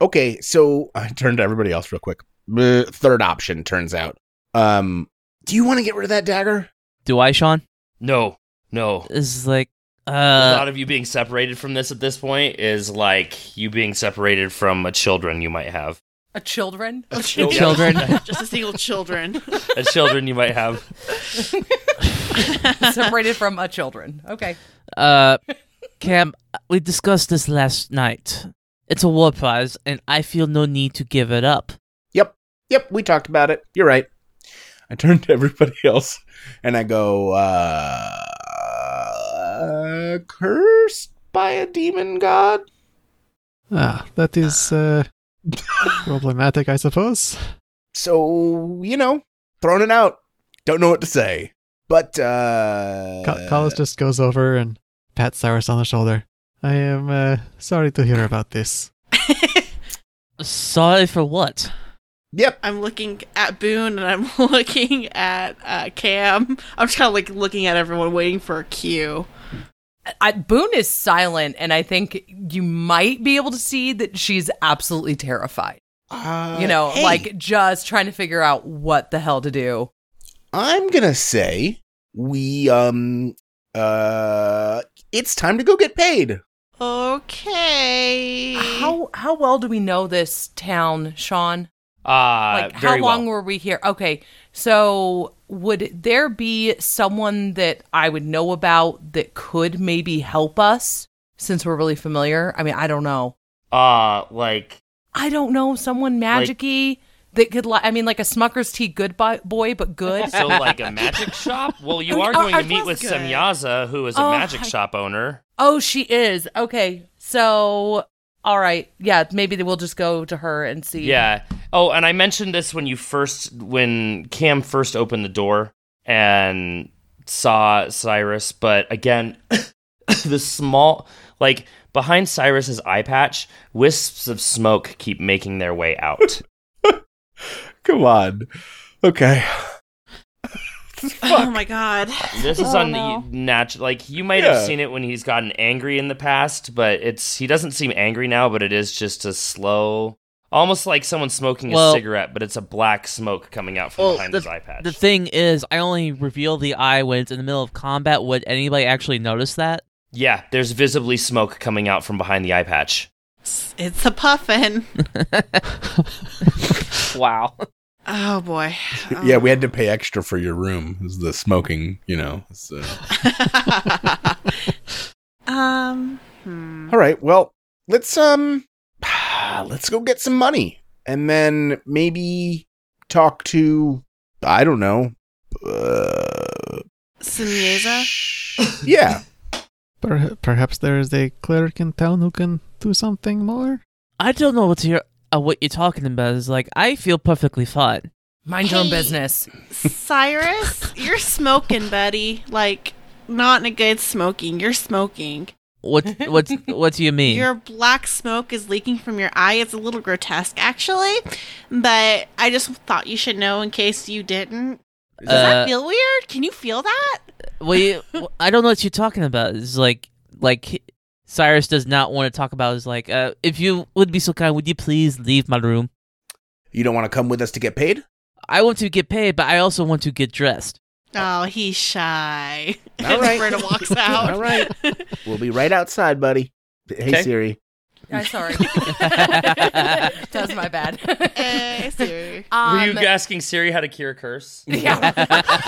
Speaker 4: Okay, so I turn to everybody else real quick. Uh, Third option turns out. Um, do you want to get rid of that dagger?
Speaker 6: Do I, Sean?
Speaker 3: No, no.
Speaker 6: This is like,
Speaker 3: the
Speaker 6: uh,
Speaker 3: thought of you being separated from this at this point is like you being separated from a children you might have,
Speaker 7: A children?
Speaker 6: Children.
Speaker 5: Just a single children.
Speaker 7: *laughs*
Speaker 3: a children you might have.
Speaker 7: Separated from a children. Okay.
Speaker 6: uh, Cam, we discussed this last night. It's a war prize, and I feel no need to give it up.
Speaker 4: Yep. Yep, we talked about it. You're right. I turn to everybody else and I go, uh, cursed by a demon god?
Speaker 8: Ah, that is uh, *laughs* problematic, I suppose.
Speaker 4: So, you know, throwing it out. Don't know what to say. But, uh.
Speaker 8: Ca- Carlos just goes over and pats Cyrus on the shoulder. I am uh, sorry to hear about this.
Speaker 6: Sorry for what?
Speaker 4: Yep.
Speaker 5: I'm looking at Boone and I'm *laughs* looking at uh, Cam. I'm just kind of like looking at everyone, waiting for a cue.
Speaker 7: I, Boone is silent, and I think you might be able to see that she's absolutely terrified.
Speaker 4: Uh,
Speaker 7: you know,
Speaker 4: hey,
Speaker 7: like just trying to figure out what the hell to do.
Speaker 4: I'm gonna say we, um, uh, it's time to go get paid.
Speaker 5: Okay.
Speaker 7: How how well do we know this town, Sean?
Speaker 3: Ah,
Speaker 7: Like how
Speaker 3: very
Speaker 7: long
Speaker 3: well.
Speaker 7: were we here? Okay. So would there be someone that I would know about that could maybe help us since we're really familiar? I mean, I don't know.
Speaker 3: Ah, like
Speaker 7: I don't know, someone
Speaker 3: Like-
Speaker 7: magicy that could li- I mean like a Smucker's tea good bu- boy but good.
Speaker 3: so, like a
Speaker 7: *laughs*
Speaker 3: magic shop. Well, you
Speaker 7: Oh,
Speaker 3: are
Speaker 7: oh,
Speaker 3: going
Speaker 7: I
Speaker 3: to meet with
Speaker 7: was
Speaker 5: good.
Speaker 3: Semyaza, who is a
Speaker 7: Oh,
Speaker 3: magic
Speaker 7: I-
Speaker 3: shop owner.
Speaker 7: Oh, she is. Okay. So, all right. Yeah, maybe they will just go to her and see.
Speaker 3: Yeah. Oh, and I mentioned this when you first, when Cam first opened the door and saw Cyrus, but again, *coughs* the small, like behind Cyrus's eye patch, wisps of smoke keep making their way
Speaker 6: *laughs*
Speaker 3: out.
Speaker 4: Come on. Okay. *laughs*
Speaker 7: *laughs*
Speaker 5: Oh my god.
Speaker 3: this is
Speaker 5: Oh,
Speaker 3: on
Speaker 5: no.
Speaker 3: the natural, like you might
Speaker 4: Yeah.
Speaker 3: have seen it when he's gotten angry in the past, but it's, he doesn't seem angry now, but it is just a slow. Almost like someone smoking
Speaker 6: Well-
Speaker 3: a cigarette, but it's a black smoke coming out from
Speaker 6: Well,
Speaker 3: behind
Speaker 6: the-
Speaker 3: his eye patch.
Speaker 6: The thing is, I only reveal the eye when it's in the middle of combat. Would anybody actually notice that?
Speaker 3: Yeah, there's visibly smoke coming out from behind the eye patch.
Speaker 5: It's a puffin.
Speaker 6: Wow.
Speaker 5: Oh boy. Oh.
Speaker 4: *laughs* Yeah, we had to pay extra for your room. Is the smoking, you know? uh, so-
Speaker 5: *laughs* um. hmm.
Speaker 4: All right. Well, let's um, *sighs* let's go get some money, and then maybe talk to I don't know. Uh,
Speaker 5: Simieza?
Speaker 4: yeah.
Speaker 8: Per- perhaps there is a cleric in town who can do something more?
Speaker 6: I don't know what you're uh, what you're talking about. Is like I feel perfectly fine.
Speaker 7: Mind your own
Speaker 5: Hey.
Speaker 7: business.
Speaker 5: Cyrus, you're smoking, buddy. Like, not in a good smoking. You're smoking.
Speaker 6: What what what do you mean?
Speaker 5: Your black smoke is leaking from your eye. It's a little grotesque, actually. But I just thought you should know in case you didn't. Does
Speaker 6: Uh,
Speaker 5: that feel weird? Can you feel that?
Speaker 6: well, you, well, I don't know what you're talking about. It's like like he- Cyrus does not want to talk about. Is like uh, if you would be so kind, would you please leave my room?
Speaker 4: You don't want to come with us to get paid?
Speaker 6: I want to get paid, but I also want to get dressed.
Speaker 5: Oh, he's shy. *laughs*
Speaker 4: All right.
Speaker 5: Britta walks out.
Speaker 4: All right. We'll be right outside, buddy. Hey
Speaker 3: Okay.
Speaker 4: Siri.
Speaker 7: *laughs*
Speaker 3: *laughs*
Speaker 7: I'm sorry. That's my bad.
Speaker 5: *laughs* Eh, Siri.
Speaker 7: Um,
Speaker 3: Were you
Speaker 7: *laughs*
Speaker 3: asking Siri how to cure a curse?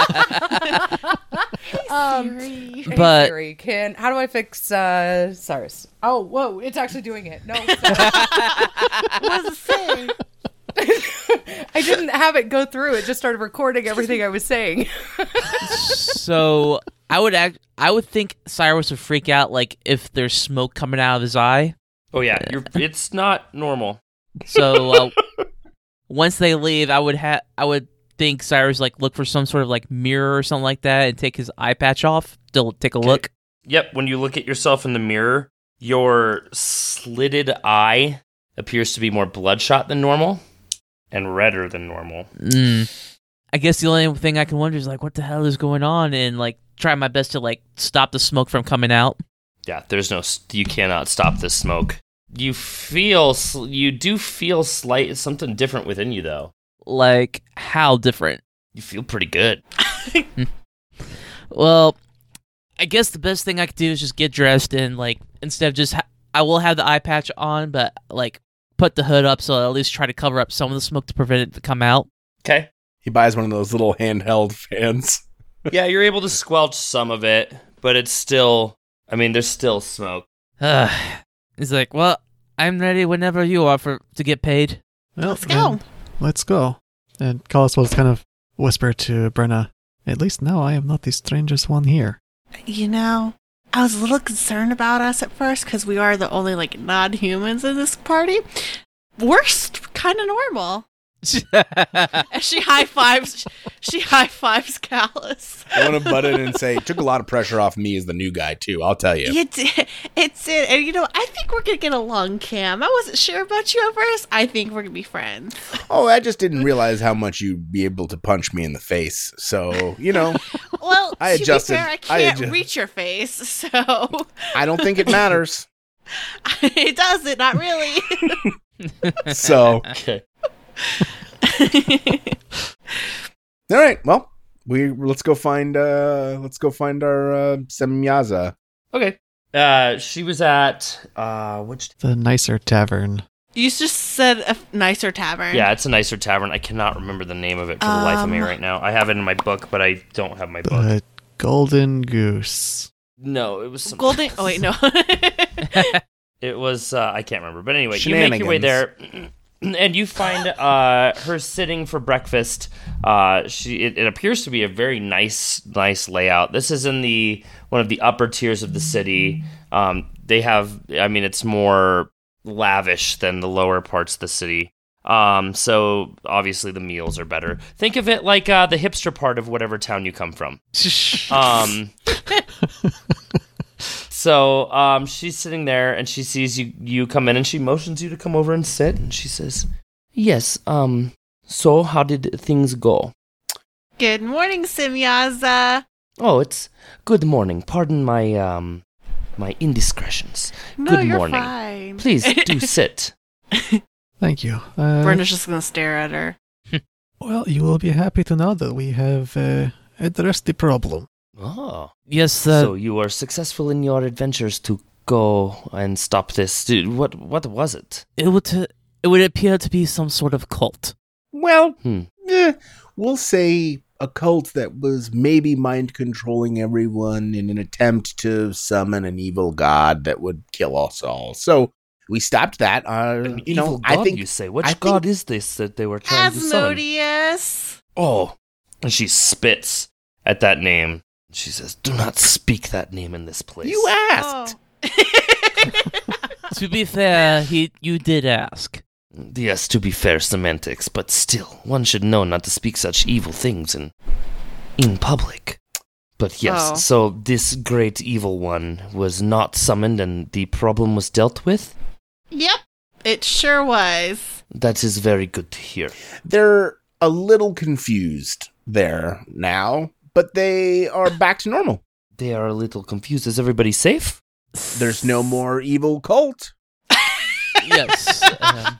Speaker 5: Siri.
Speaker 7: Um, Hey,
Speaker 6: But
Speaker 7: Siri, can how do I fix uh Cyrus? Oh, whoa, it's actually doing it. No,
Speaker 5: What does it say?
Speaker 7: *laughs* I didn't have it go through. It just started recording everything I was saying.
Speaker 6: so I would act. I would think Cyrus would freak out like if there's smoke coming out of his eye.
Speaker 3: Oh yeah, you're, it's not normal.
Speaker 6: So uh, once they leave, I would have. I would think Cyrus like look for some sort of like mirror or something like that and take his eye patch off. To take a look.
Speaker 3: Yep, when you look at yourself in the mirror, your slitted eye appears to be more bloodshot than normal and redder than normal.
Speaker 6: Mm. I guess the only thing I can wonder is like what the hell is going on and like try my best to like stop the smoke from coming out.
Speaker 3: Yeah, there's no s- you cannot stop this smoke. You feel sl- you do feel slight something different within you though.
Speaker 6: Like how different.
Speaker 3: You feel pretty good.
Speaker 6: Well, I guess the best thing I could do is just get dressed and like instead of just ha- I will have the eye patch on, but like put the hood up so I at least try to cover up some of the smoke to prevent it to come out.
Speaker 3: Okay.
Speaker 4: He buys one of those little handheld fans.
Speaker 3: yeah, you're able to squelch some of it, but it's still I mean, there's still smoke. *laughs*
Speaker 6: He's like, "Well, I'm ready whenever you are for to get paid." *laughs*
Speaker 8: Well,
Speaker 5: Let's go.
Speaker 8: then Let's go. And Callis will kind of whisper to Brenna, at least now I am not the strangest one here.
Speaker 5: You know, I was a little concerned about us at first because we are the only like non-humans in this party. We're kind of normal. And she high fives. She high fives Callus.
Speaker 4: I want to butt in and say, took a lot of pressure off me as the new guy, too. I'll tell you.
Speaker 5: You did. *laughs* It's it. And you know, I think we're gonna get along, Cam. I wasn't sure about you at first. I think we're gonna be friends. *laughs*
Speaker 4: Oh, I just didn't realize how much you'd be able to punch me in the face. So, you know,
Speaker 5: Well,
Speaker 4: I
Speaker 5: to
Speaker 4: adjusted.
Speaker 5: be fair,
Speaker 4: I
Speaker 5: I can't
Speaker 4: adjust-
Speaker 5: reach your face, *laughs* so
Speaker 4: I don't think it matters.
Speaker 5: it doesn't. Not really.
Speaker 4: So,
Speaker 3: Okay.
Speaker 4: all right. Well, we let's go find uh let's go find our uh Semyaza.
Speaker 3: Okay. Uh she was at uh which
Speaker 8: The nicer tavern.
Speaker 5: *laughs* you just said a f- nicer tavern.
Speaker 3: Yeah, it's a nicer tavern. I cannot remember the name of it for the life of me
Speaker 5: Um, uh,
Speaker 3: right now. I have it in my book, but I don't have my book.
Speaker 8: The Golden Goose.
Speaker 3: no, it was some,
Speaker 5: Golden. Oh wait, no. *laughs*
Speaker 3: It was uh, I can't remember. But anyway, you make your way there, *clears throat*
Speaker 4: Shenanigans.
Speaker 3: and you find uh, her sitting for breakfast. Uh, she it, it appears to be a very nice nice layout. This is in the one of the upper tiers of the city. Um, they have I mean it's more lavish than the lower parts of the city. Um, so obviously the meals are better. Think of it like uh, the hipster part of whatever town you come from. Um, so um, she's sitting there and she sees you you come in and she motions you to come over and sit and she says, "Yes, um so how did things go?"
Speaker 5: Good morning, Simyaza.
Speaker 3: "Oh, it's good morning. Pardon my um my indiscretions.
Speaker 5: No,
Speaker 3: good
Speaker 5: you're
Speaker 3: morning.
Speaker 5: fine. *laughs*
Speaker 3: Please do sit."
Speaker 8: Thank you. Uh,
Speaker 5: Brenda's just gonna stare at her.
Speaker 8: well, you will be happy to know that we have uh, addressed the problem. *laughs*
Speaker 3: Oh.
Speaker 6: yes, uh,
Speaker 3: so you were successful in your adventures to go and stop this. Dude, what what was it?
Speaker 6: it would uh, it would appear to be some sort of cult.
Speaker 4: Well,
Speaker 3: Hmm.
Speaker 4: eh, we'll say a cult that was maybe mind controlling everyone in an attempt to summon an evil god that would kill us all. So we stopped that. Uh,
Speaker 3: An
Speaker 4: you know,
Speaker 3: evil
Speaker 4: I
Speaker 3: god,
Speaker 4: think
Speaker 3: you say. Which
Speaker 4: I think-
Speaker 3: god is this that they were trying to summon?
Speaker 5: Asmodeus. *laughs*
Speaker 3: Oh. And she spits at that name. She says, Do not speak that name in this place.
Speaker 4: you asked.
Speaker 5: Oh.
Speaker 6: to be fair, he you did ask.
Speaker 3: yes, to be fair, semantics, but still, one should know not to speak such evil things in, in public. But yes,
Speaker 5: Oh.
Speaker 3: so this great evil one was not summoned and the problem was dealt with?
Speaker 5: Yep, it sure was.
Speaker 3: That is very good to hear.
Speaker 4: They're a little confused there now, but they are back to normal.
Speaker 3: They are a little confused. Is everybody safe?
Speaker 4: There's no more evil cult.
Speaker 6: yes. Um,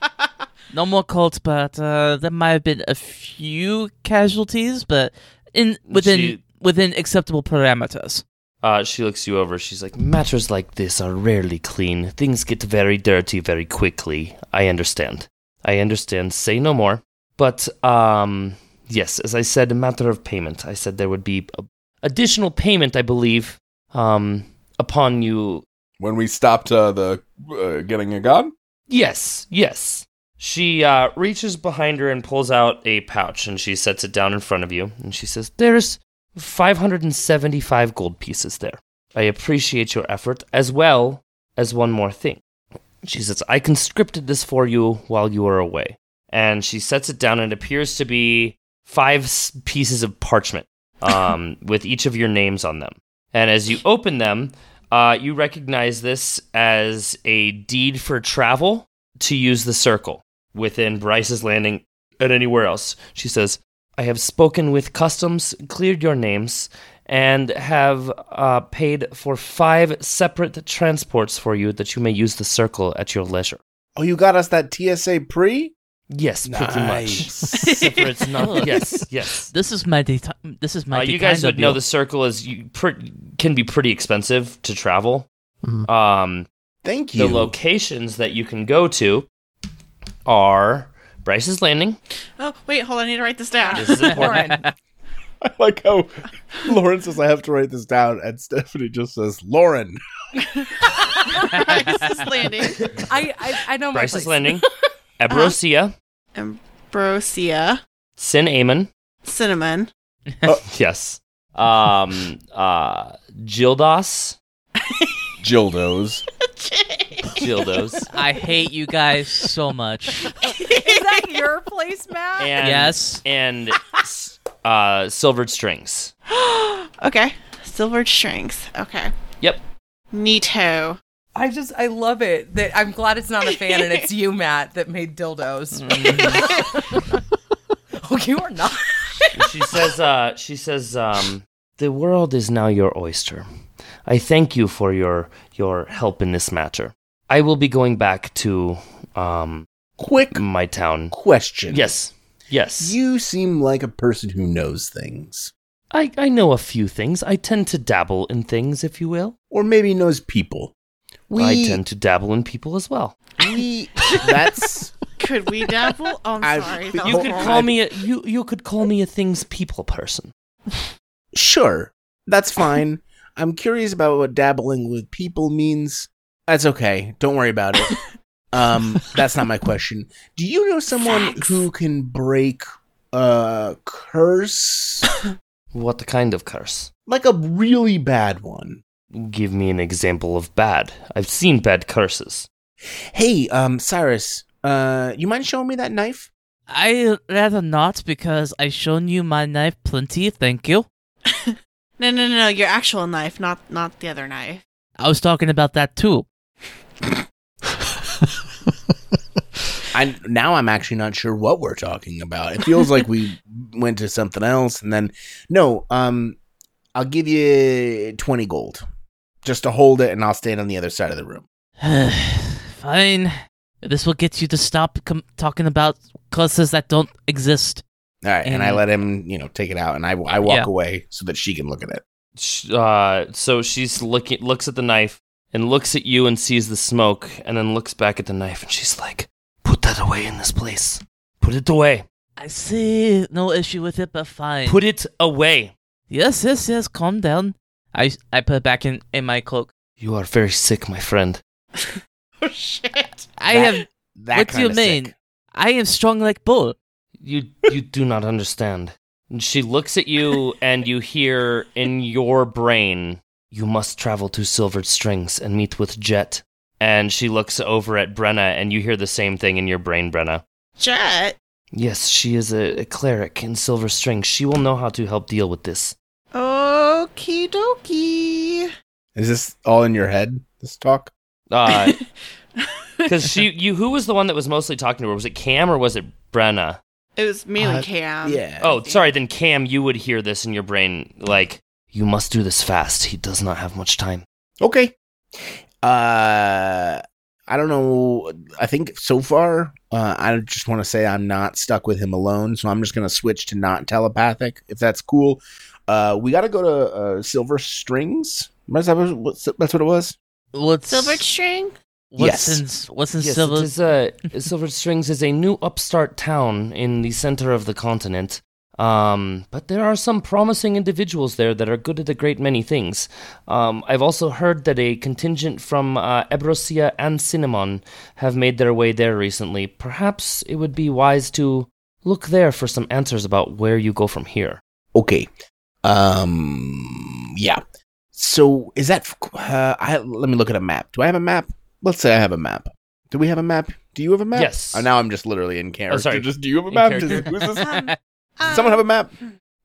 Speaker 6: no more cults, but uh, there might have been a few casualties, but in within
Speaker 3: She-
Speaker 6: within acceptable parameters.
Speaker 3: Uh, she looks you over. She's like, Matters like this are rarely clean. Things get very dirty very quickly. I understand. I understand. Say no more. But, um, yes, as I said, a matter of payment. I said there would be a- additional payment, I believe, um, upon you
Speaker 9: When we stopped uh, the uh, getting a god,
Speaker 3: Yes, yes. She uh, reaches behind her and pulls out a pouch and she sets it down in front of you and she says, There's 575 gold pieces there. I appreciate your effort as well as one more thing. She says, I conscripted this for you while you were away. And she sets it down and it appears to be five s- pieces of parchment um, with each of your names on them. And as you open them, uh, you recognize this as a deed for travel to use the circle within Bryce's Landing and anywhere else. She says, I have spoken with customs, cleared your names, and have uh, paid for five separate transports for you that you may use the circle at your leisure.
Speaker 4: Oh, you got us that TSA pre?
Speaker 3: Yes, pretty *laughs* much. Except for it's
Speaker 6: *laughs*
Speaker 3: not. yes, yes.
Speaker 6: This is mighty. T- this is
Speaker 3: Uh,
Speaker 6: mighty.
Speaker 3: you guys
Speaker 6: kind
Speaker 3: would
Speaker 6: of
Speaker 3: know
Speaker 6: you.
Speaker 3: the circle is you pre- can be pretty expensive to travel.
Speaker 6: Mm-hmm.
Speaker 8: Mhm.
Speaker 3: Um,
Speaker 4: Thank
Speaker 3: the
Speaker 4: you. *laughs*
Speaker 3: locations that you can go to are Bryce's Landing.
Speaker 5: Oh, wait, hold on. I need to write this down. *laughs*
Speaker 3: This is
Speaker 7: *laughs*
Speaker 3: important.
Speaker 7: Lauren.
Speaker 4: I like how Lauren says I have to write this down, and *laughs* Stephanie just says Lauren.
Speaker 5: Bryce's landing.
Speaker 7: I, I I know Oh, my
Speaker 3: Bryce's
Speaker 7: place. *laughs* Uh-huh.
Speaker 3: Landing, Abrosia,
Speaker 5: Ambrosia.
Speaker 3: Sin Amen.
Speaker 5: Cinnamon.
Speaker 4: Uh.
Speaker 3: *laughs* Yes. Um, uh, Gildos,
Speaker 9: Gildos.
Speaker 3: Gildos.
Speaker 6: I hate you guys so much.
Speaker 7: Is that your place, Matt?
Speaker 3: *laughs* And,
Speaker 6: yes.
Speaker 3: And s- uh, Silvered Strings.
Speaker 5: okay. Silvered Strings. Okay.
Speaker 3: Yep.
Speaker 5: Neato.
Speaker 7: I just I love it. That I'm glad it's not a fan and it's you, Matt, that made dildos. *laughs* oh, you are not.
Speaker 3: she says uh she says um the world is now your oyster i thank you for your your help in this matter i will be going back to um
Speaker 4: Quick
Speaker 3: my town
Speaker 4: question.
Speaker 3: yes yes
Speaker 4: You seem like a person who knows things,
Speaker 3: i i know a few things i tend to dabble in things if you will
Speaker 4: or maybe knows people. We,
Speaker 3: i tend to dabble in people as well
Speaker 4: we that's
Speaker 5: Could we dabble? Oh,
Speaker 4: *laughs*
Speaker 5: I'm
Speaker 4: I-
Speaker 5: sorry.
Speaker 4: you
Speaker 5: that
Speaker 3: you
Speaker 5: was
Speaker 3: could
Speaker 5: wrong.
Speaker 3: call me a you you could call me a things people person
Speaker 4: sure. That's fine. I'm curious about what dabbling with people means. That's okay. Don't worry about it. Um, that's not my question. Do you know someone
Speaker 5: Facts.
Speaker 4: who can break a curse?
Speaker 3: what kind of curse
Speaker 4: like a really bad one.
Speaker 3: give me an example of bad i've seen bad curses
Speaker 4: Hey, um, Cyrus, uh, you mind showing me that knife?
Speaker 6: I rather not because I shown you my knife plenty. Thank you.
Speaker 5: No, no, no, no. Your actual knife, not not the other knife.
Speaker 6: I was talking about that too. *sighs*
Speaker 4: I now I'm actually not sure what we're talking about. It feels like we went to something else, and then no. Um, I'll give you twenty gold just to hold it, and I'll stand on the other side of the room.
Speaker 6: Fine. This will get you to stop com- talking about curses that don't exist.
Speaker 4: All right, and, I
Speaker 6: And-
Speaker 4: let him, you know, take it out, and I I walk
Speaker 6: Yeah.
Speaker 4: away so that she can look at it.
Speaker 3: Sh- uh, so she's looking looks at the knife and looks at you and sees the smoke and then looks back at the knife and she's like put that away in this place put it away
Speaker 6: I see no issue with it, but fine.
Speaker 3: put it away
Speaker 6: yes, yes, yes. Calm down. I I put it back in in my cloak.
Speaker 3: you are very sick my friend
Speaker 5: Oh, shit.
Speaker 6: I
Speaker 4: That-
Speaker 6: have.
Speaker 4: That
Speaker 6: what do you
Speaker 4: kinda sick.
Speaker 6: mean? I am strong like bull.
Speaker 3: you you do not understand and she looks at you and you hear in your brain you must travel to silvered strings and meet with jet and she looks over at brenna and you hear the same thing in your brain brenna
Speaker 5: Jet.
Speaker 3: Yes, she is a, a cleric in silver strings. She will know how to help deal with this.
Speaker 5: Okie dokie.
Speaker 4: Is this all in your head? This talk?
Speaker 3: Because Uh, she, you, who was the one that was mostly talking to her? Was it Cam or was it Brenna?
Speaker 5: It was mainly
Speaker 4: Uh,
Speaker 5: Cam.
Speaker 4: yeah.
Speaker 3: Oh, sorry. Then Cam, you would hear this in your brain, like you must do this fast. He does not have much time.
Speaker 4: Okay. Uh, I don't know. I think so far, uh, I just want to say I'm not stuck with him alone, so I'm just going to switch to not telepathic if that's cool. Uh, we got to go to uh, Silver Strings. Remember that was- what's- That's what it was.
Speaker 6: What's
Speaker 5: Silver
Speaker 4: *laughs*
Speaker 5: string?
Speaker 6: what's
Speaker 4: Yes.
Speaker 6: in what's in
Speaker 3: Yes,
Speaker 6: silver?
Speaker 3: it is, uh, Silver Strings is a new upstart town in the center of the continent. Um, but there are some promising individuals there that are good at a great many things. Um, I've also heard that a contingent from uh, Ebrosia and Cinnamon have made their way there recently. Perhaps it would be wise to look there for some answers about where you go from here.
Speaker 4: Okay. Um. Yeah. So is that? Uh, I let me look at a map. Do I have a map? Let's say I have a map. Do we have a map? Do you have a map?
Speaker 3: Yes.
Speaker 4: Oh, now I'm just literally in character.
Speaker 3: sorry.
Speaker 4: Just do you have a
Speaker 3: In
Speaker 4: map?
Speaker 3: character.
Speaker 4: Does- who's this?
Speaker 5: Um,
Speaker 4: Someone have a map?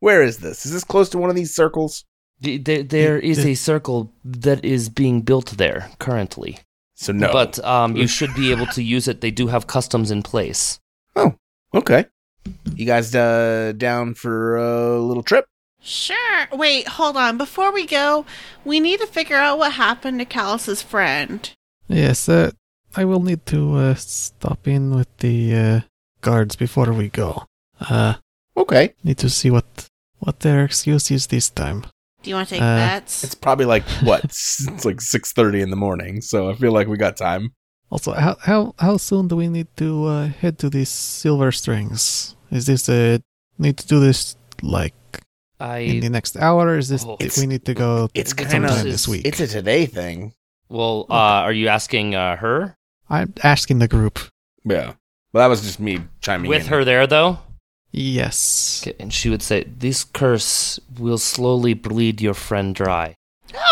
Speaker 4: Where is this? Is this close to one of these circles?
Speaker 3: Th- There, there is a circle that is being built there currently.
Speaker 4: So no.
Speaker 3: But um, you should be able to use it. They do have customs in place.
Speaker 4: okay. You guys uh, down for a little trip?
Speaker 5: Sure. Wait, hold on. Before we go, we need to figure out what happened to Callus's friend.
Speaker 8: Yes, uh, I will need to uh, stop in with the uh, guards before we go. Uh,
Speaker 4: Okay.
Speaker 8: need to see what what their excuse is this time.
Speaker 5: Do you want to take
Speaker 8: Uh,
Speaker 5: bets?
Speaker 4: It's probably like *laughs* what? it's like six thirty in the morning. So I feel like we got time.
Speaker 8: Also, how how how soon do we need to uh, head to these silver strings? Is this uh, need to do this like in the
Speaker 3: I
Speaker 8: next hour? Or is this
Speaker 3: Oh.
Speaker 8: we need to go
Speaker 4: It's kind
Speaker 8: sometime
Speaker 4: of
Speaker 8: this week?
Speaker 4: It's a today thing.
Speaker 3: well, uh, are you asking uh, her
Speaker 8: I'm asking the group.
Speaker 9: Yeah.
Speaker 4: Well, that was just me chiming
Speaker 3: with
Speaker 4: in.
Speaker 3: her there though?
Speaker 8: Yes.
Speaker 3: Okay, and she would say, "This curse will slowly bleed your friend dry."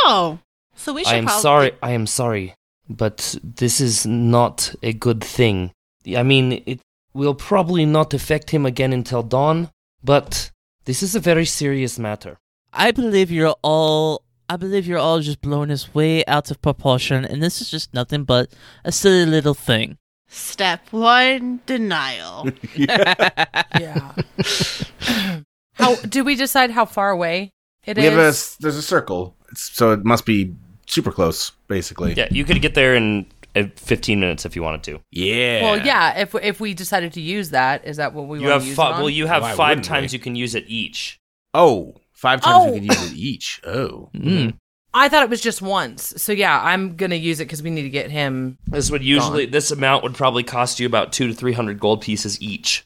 Speaker 5: oh. So we should
Speaker 3: I am
Speaker 5: probably
Speaker 3: sorry. I am sorry, but this is not a good thing. I mean, it will probably not affect him again until dawn, but this is a very serious matter.
Speaker 6: I believe you're all. I believe you're all just blown us way out of proportion, and this is just nothing but a silly little thing.
Speaker 5: Step one, denial.
Speaker 7: Yeah. *laughs* how did we decide how far away it
Speaker 4: we
Speaker 7: is?
Speaker 4: have a s- there's a circle, it's, so it must be super close, basically.
Speaker 3: Yeah, you could get there in uh, 15 minutes if you wanted to.
Speaker 4: Yeah.
Speaker 7: well, yeah. If if we decided to use that, is that what we
Speaker 3: You
Speaker 7: want
Speaker 3: have
Speaker 7: to use?
Speaker 3: fi-
Speaker 7: it on?
Speaker 3: well, you have
Speaker 4: Why
Speaker 3: five
Speaker 4: wouldn't
Speaker 3: times
Speaker 4: we?
Speaker 3: you can use it each.
Speaker 4: Oh, five times
Speaker 7: Oh.
Speaker 4: we could use it each. Oh.
Speaker 6: Mm.
Speaker 7: I thought it was just once. So yeah, I'm gonna use it because we need to get him.
Speaker 3: This would usually this amount would probably cost you about two to three hundred gold pieces each.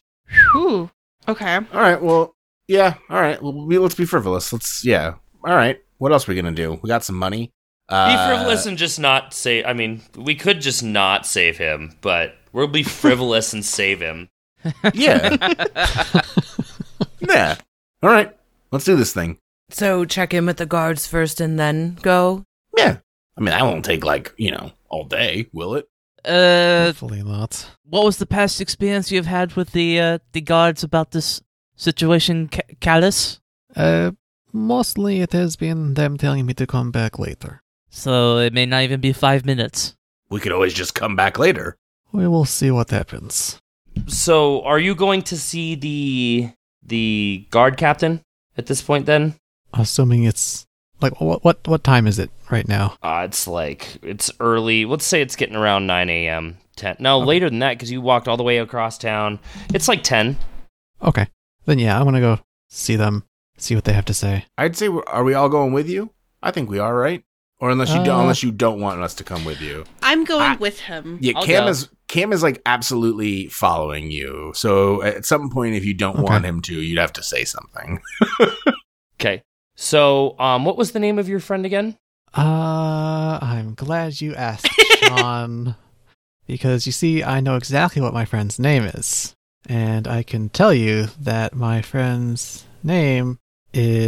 Speaker 5: Ooh. Okay.
Speaker 4: All right. Well, yeah. All right. Well, we, let's be frivolous. Let's yeah. All right. What else are we gonna do? We got some money. Uh,
Speaker 3: be frivolous and just not save. I mean, we could just not save him, but we'll be frivolous and save him.
Speaker 4: Yeah.
Speaker 3: *laughs*
Speaker 4: yeah. All right. Let's do this thing.
Speaker 7: So check in with the guards first, and then go.
Speaker 4: Yeah. I mean, that won't take like you know all day, will it?
Speaker 6: Uh,
Speaker 8: Hopefully not.
Speaker 6: what was the past experience you've had with the uh, the guards about this situation, Ca- Callus?
Speaker 8: Uh, mostly it has been them telling me to come back later.
Speaker 6: So it may not even be five minutes.
Speaker 4: We could always just come back later.
Speaker 8: We will see what happens.
Speaker 3: So, are you going to see the the guard captain at this point? Then
Speaker 8: Assuming it's like what what what time is it right now?
Speaker 3: uh, it's like it's early. Let's say it's getting around nine a.m. Ten. No,
Speaker 8: Okay.
Speaker 3: later than that because you walked all the way across town. It's like ten.
Speaker 8: Okay, then yeah, I'm gonna go see them, see what they have to say.
Speaker 4: I'd say, we're, are we all going with you? I think we are, right? Or unless you
Speaker 8: Uh,
Speaker 4: don't, unless you don't want us to come with you.
Speaker 5: I'm going
Speaker 4: I-
Speaker 5: with him.
Speaker 4: Yeah,
Speaker 3: Mm-hmm. I'll
Speaker 4: Cam
Speaker 3: go.
Speaker 4: is Cam is like absolutely following you. So at some point, if you don't
Speaker 8: Okay.
Speaker 4: want him to, you'd have to say something.
Speaker 3: Okay. So, um, what was the name of your friend again?
Speaker 8: Uh, I'm glad you asked, Sean, because you see, I know exactly what my friend's name is, and I can tell you that my friend's name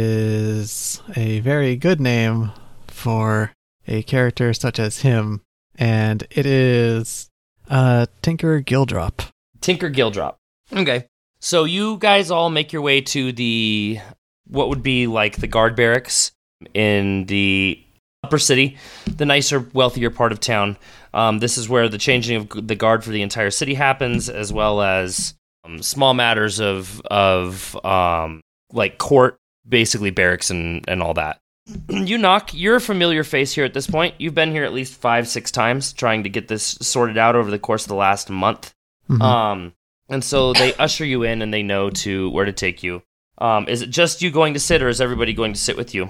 Speaker 8: is a very good name for a character such as him, and it is uh Tinker Gildrop.
Speaker 3: Tinker Gildrop. Okay. So you guys all make your way to the what would be like the guard barracks in the upper city, the nicer, wealthier part of town. Um, this is where the changing of g- the guard for the entire city happens, as well as um, small matters of of um, like court, basically barracks and and all that. *clears throat* you knock. You're a familiar face here at this point. You've been here at least five, six times trying to get this sorted out over the course of the last month.
Speaker 8: Mhm.
Speaker 3: Uh, Um, and so they usher you in, and they know to where to take you. Um, is it just you going to sit, or is everybody going to sit with you?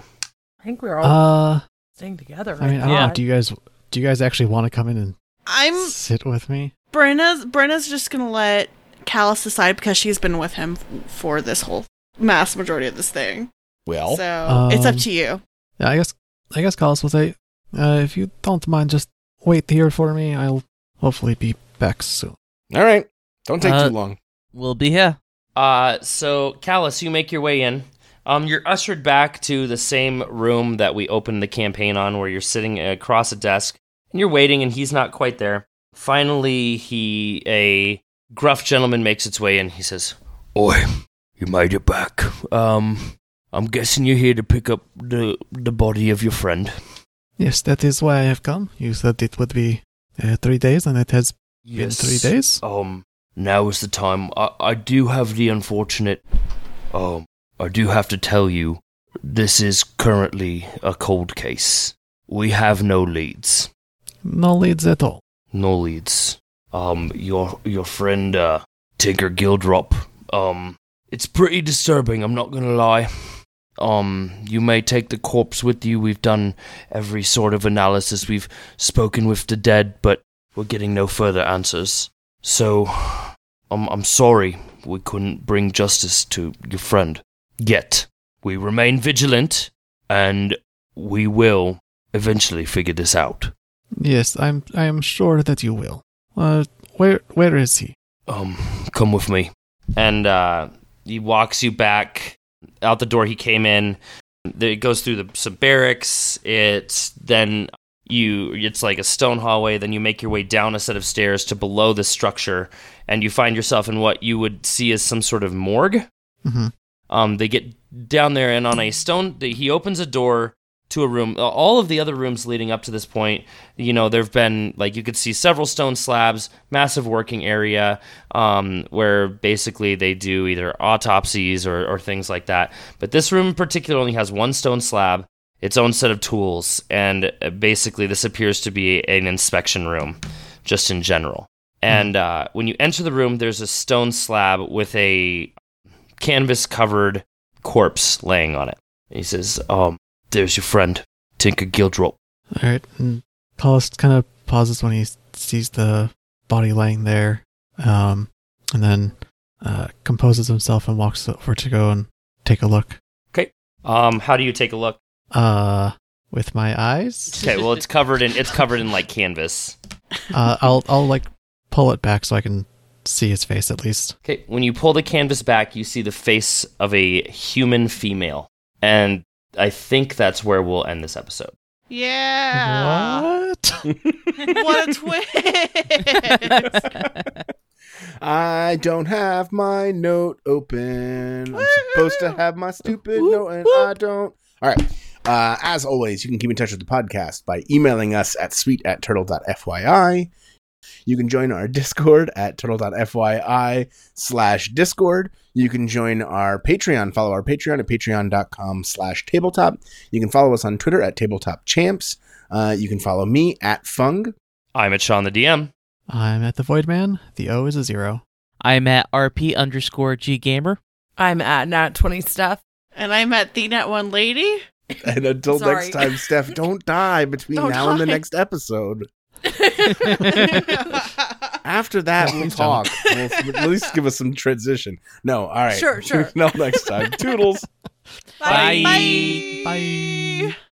Speaker 7: I think we're all
Speaker 8: Uh,
Speaker 7: staying together.
Speaker 8: I mean, I don't
Speaker 6: Yeah.
Speaker 8: know. Do you guys do you guys actually want to come in and
Speaker 5: I'm
Speaker 8: sit with me?
Speaker 5: Brenna's Brenna's just gonna let Callus decide because she's been with him f- for this whole mass majority of this thing.
Speaker 4: Well,
Speaker 5: so it's up
Speaker 8: um,
Speaker 5: to you.
Speaker 8: Yeah, I guess I guess Carlos will say, uh, if you don't mind, just wait here for me. I'll hopefully be back soon.
Speaker 4: all right. Don't take
Speaker 6: Uh,
Speaker 4: too long. *laughs*
Speaker 6: We'll be here.
Speaker 3: Uh, so, Callus, you make your way in. Um, you're ushered back to the same room that we opened the campaign on, where you're sitting across a desk and you're waiting, and he's not quite there. Finally, he a gruff gentleman makes its way in. He says, "Oi, you made it back. Um, I'm guessing you're here to pick up the the body of your friend."
Speaker 8: Yes, that is why I have come. You said it would be uh, three days, and it has been three days.
Speaker 3: Um, now is the time. I, I do have the unfortunate. Um, I do have to tell you, this is currently a cold case. We have no leads.
Speaker 8: No leads at all.
Speaker 3: No leads. Um, your your friend, uh, Tinker Gildrop. Um, it's pretty disturbing. I'm not gonna lie. Um, you may take the corpse with you. We've done every sort of analysis. We've spoken with the dead, but we're getting no further answers. So, I'm I'm sorry we couldn't bring justice to your friend yet. We remain vigilant, and we will eventually figure this out.
Speaker 8: Yes, I'm. I am sure that you will. Uh, where where is he?
Speaker 3: um, come with me. And uh, he walks you back out the door he came in. It goes through the, some barracks. It's then you. It's like a stone hallway. Then you make your way down a set of stairs to below the structure, and you find yourself in what you would see as some sort of morgue.
Speaker 8: Mm-hmm.
Speaker 3: Um, they get down there, and on a stone, they- he opens a door to a room. Uh, All of the other rooms leading up to this point, you know, there've been like you could see several stone slabs, massive working area, um, where basically they do either autopsies or, or things like that. But this room in particular only has one stone slab, its own set of tools, and uh, basically this appears to be an inspection room, just in general. And uh, when you enter the room, there's a stone slab with a canvas covered corpse laying on it. And he says, Um, there's your friend, Tinker Gildrop.
Speaker 8: All right. And Carlos kind of pauses when he s- sees the body laying there, um, and then uh, composes himself and walks over to go and take a look.
Speaker 3: Um, how do you take a look?
Speaker 8: Uh, with my eyes,
Speaker 3: Okay, well it's covered in it's covered in like canvas.
Speaker 8: uh, I'll I'll like pull it back so I can see his face at least.
Speaker 3: Okay, when you pull the canvas back, you see the face of a human female. And I think that's where we'll end this episode.
Speaker 5: Yeah.
Speaker 8: What?
Speaker 5: What, a twist.
Speaker 4: *laughs* I don't have my note open. I'm supposed to have my stupid note, and I don't. All right. Uh, as always, you can keep in touch with the podcast by emailing us at sweet at turtle.fyi. You can join our Discord at turtle.fyi slash Discord. You can join our Patreon. Follow our Patreon at patreon.com slash tabletop. You can follow us on Twitter at tabletopchamps. Uh, you can follow me at Fung.
Speaker 3: I'm at Sean the DM.
Speaker 8: I'm at the Void Man. The O is a zero.
Speaker 6: I'm at RP underscore G gamer.
Speaker 7: I'm at not 20 stuff.
Speaker 5: and I met the net one lady.
Speaker 4: *laughs* And until next
Speaker 7: Sorry.
Speaker 5: *laughs*
Speaker 4: time, Steph, don't die between
Speaker 5: Don't
Speaker 4: now and the
Speaker 5: die. *laughs*
Speaker 4: next episode. After that, we'll
Speaker 8: Please don't.
Speaker 4: talk. We'll we'll at least give us some transition. No, *laughs* all
Speaker 5: *laughs*
Speaker 4: right.
Speaker 5: Sure, sure.
Speaker 4: Until next time, toodles.
Speaker 6: Bye.
Speaker 5: Bye.
Speaker 8: Bye.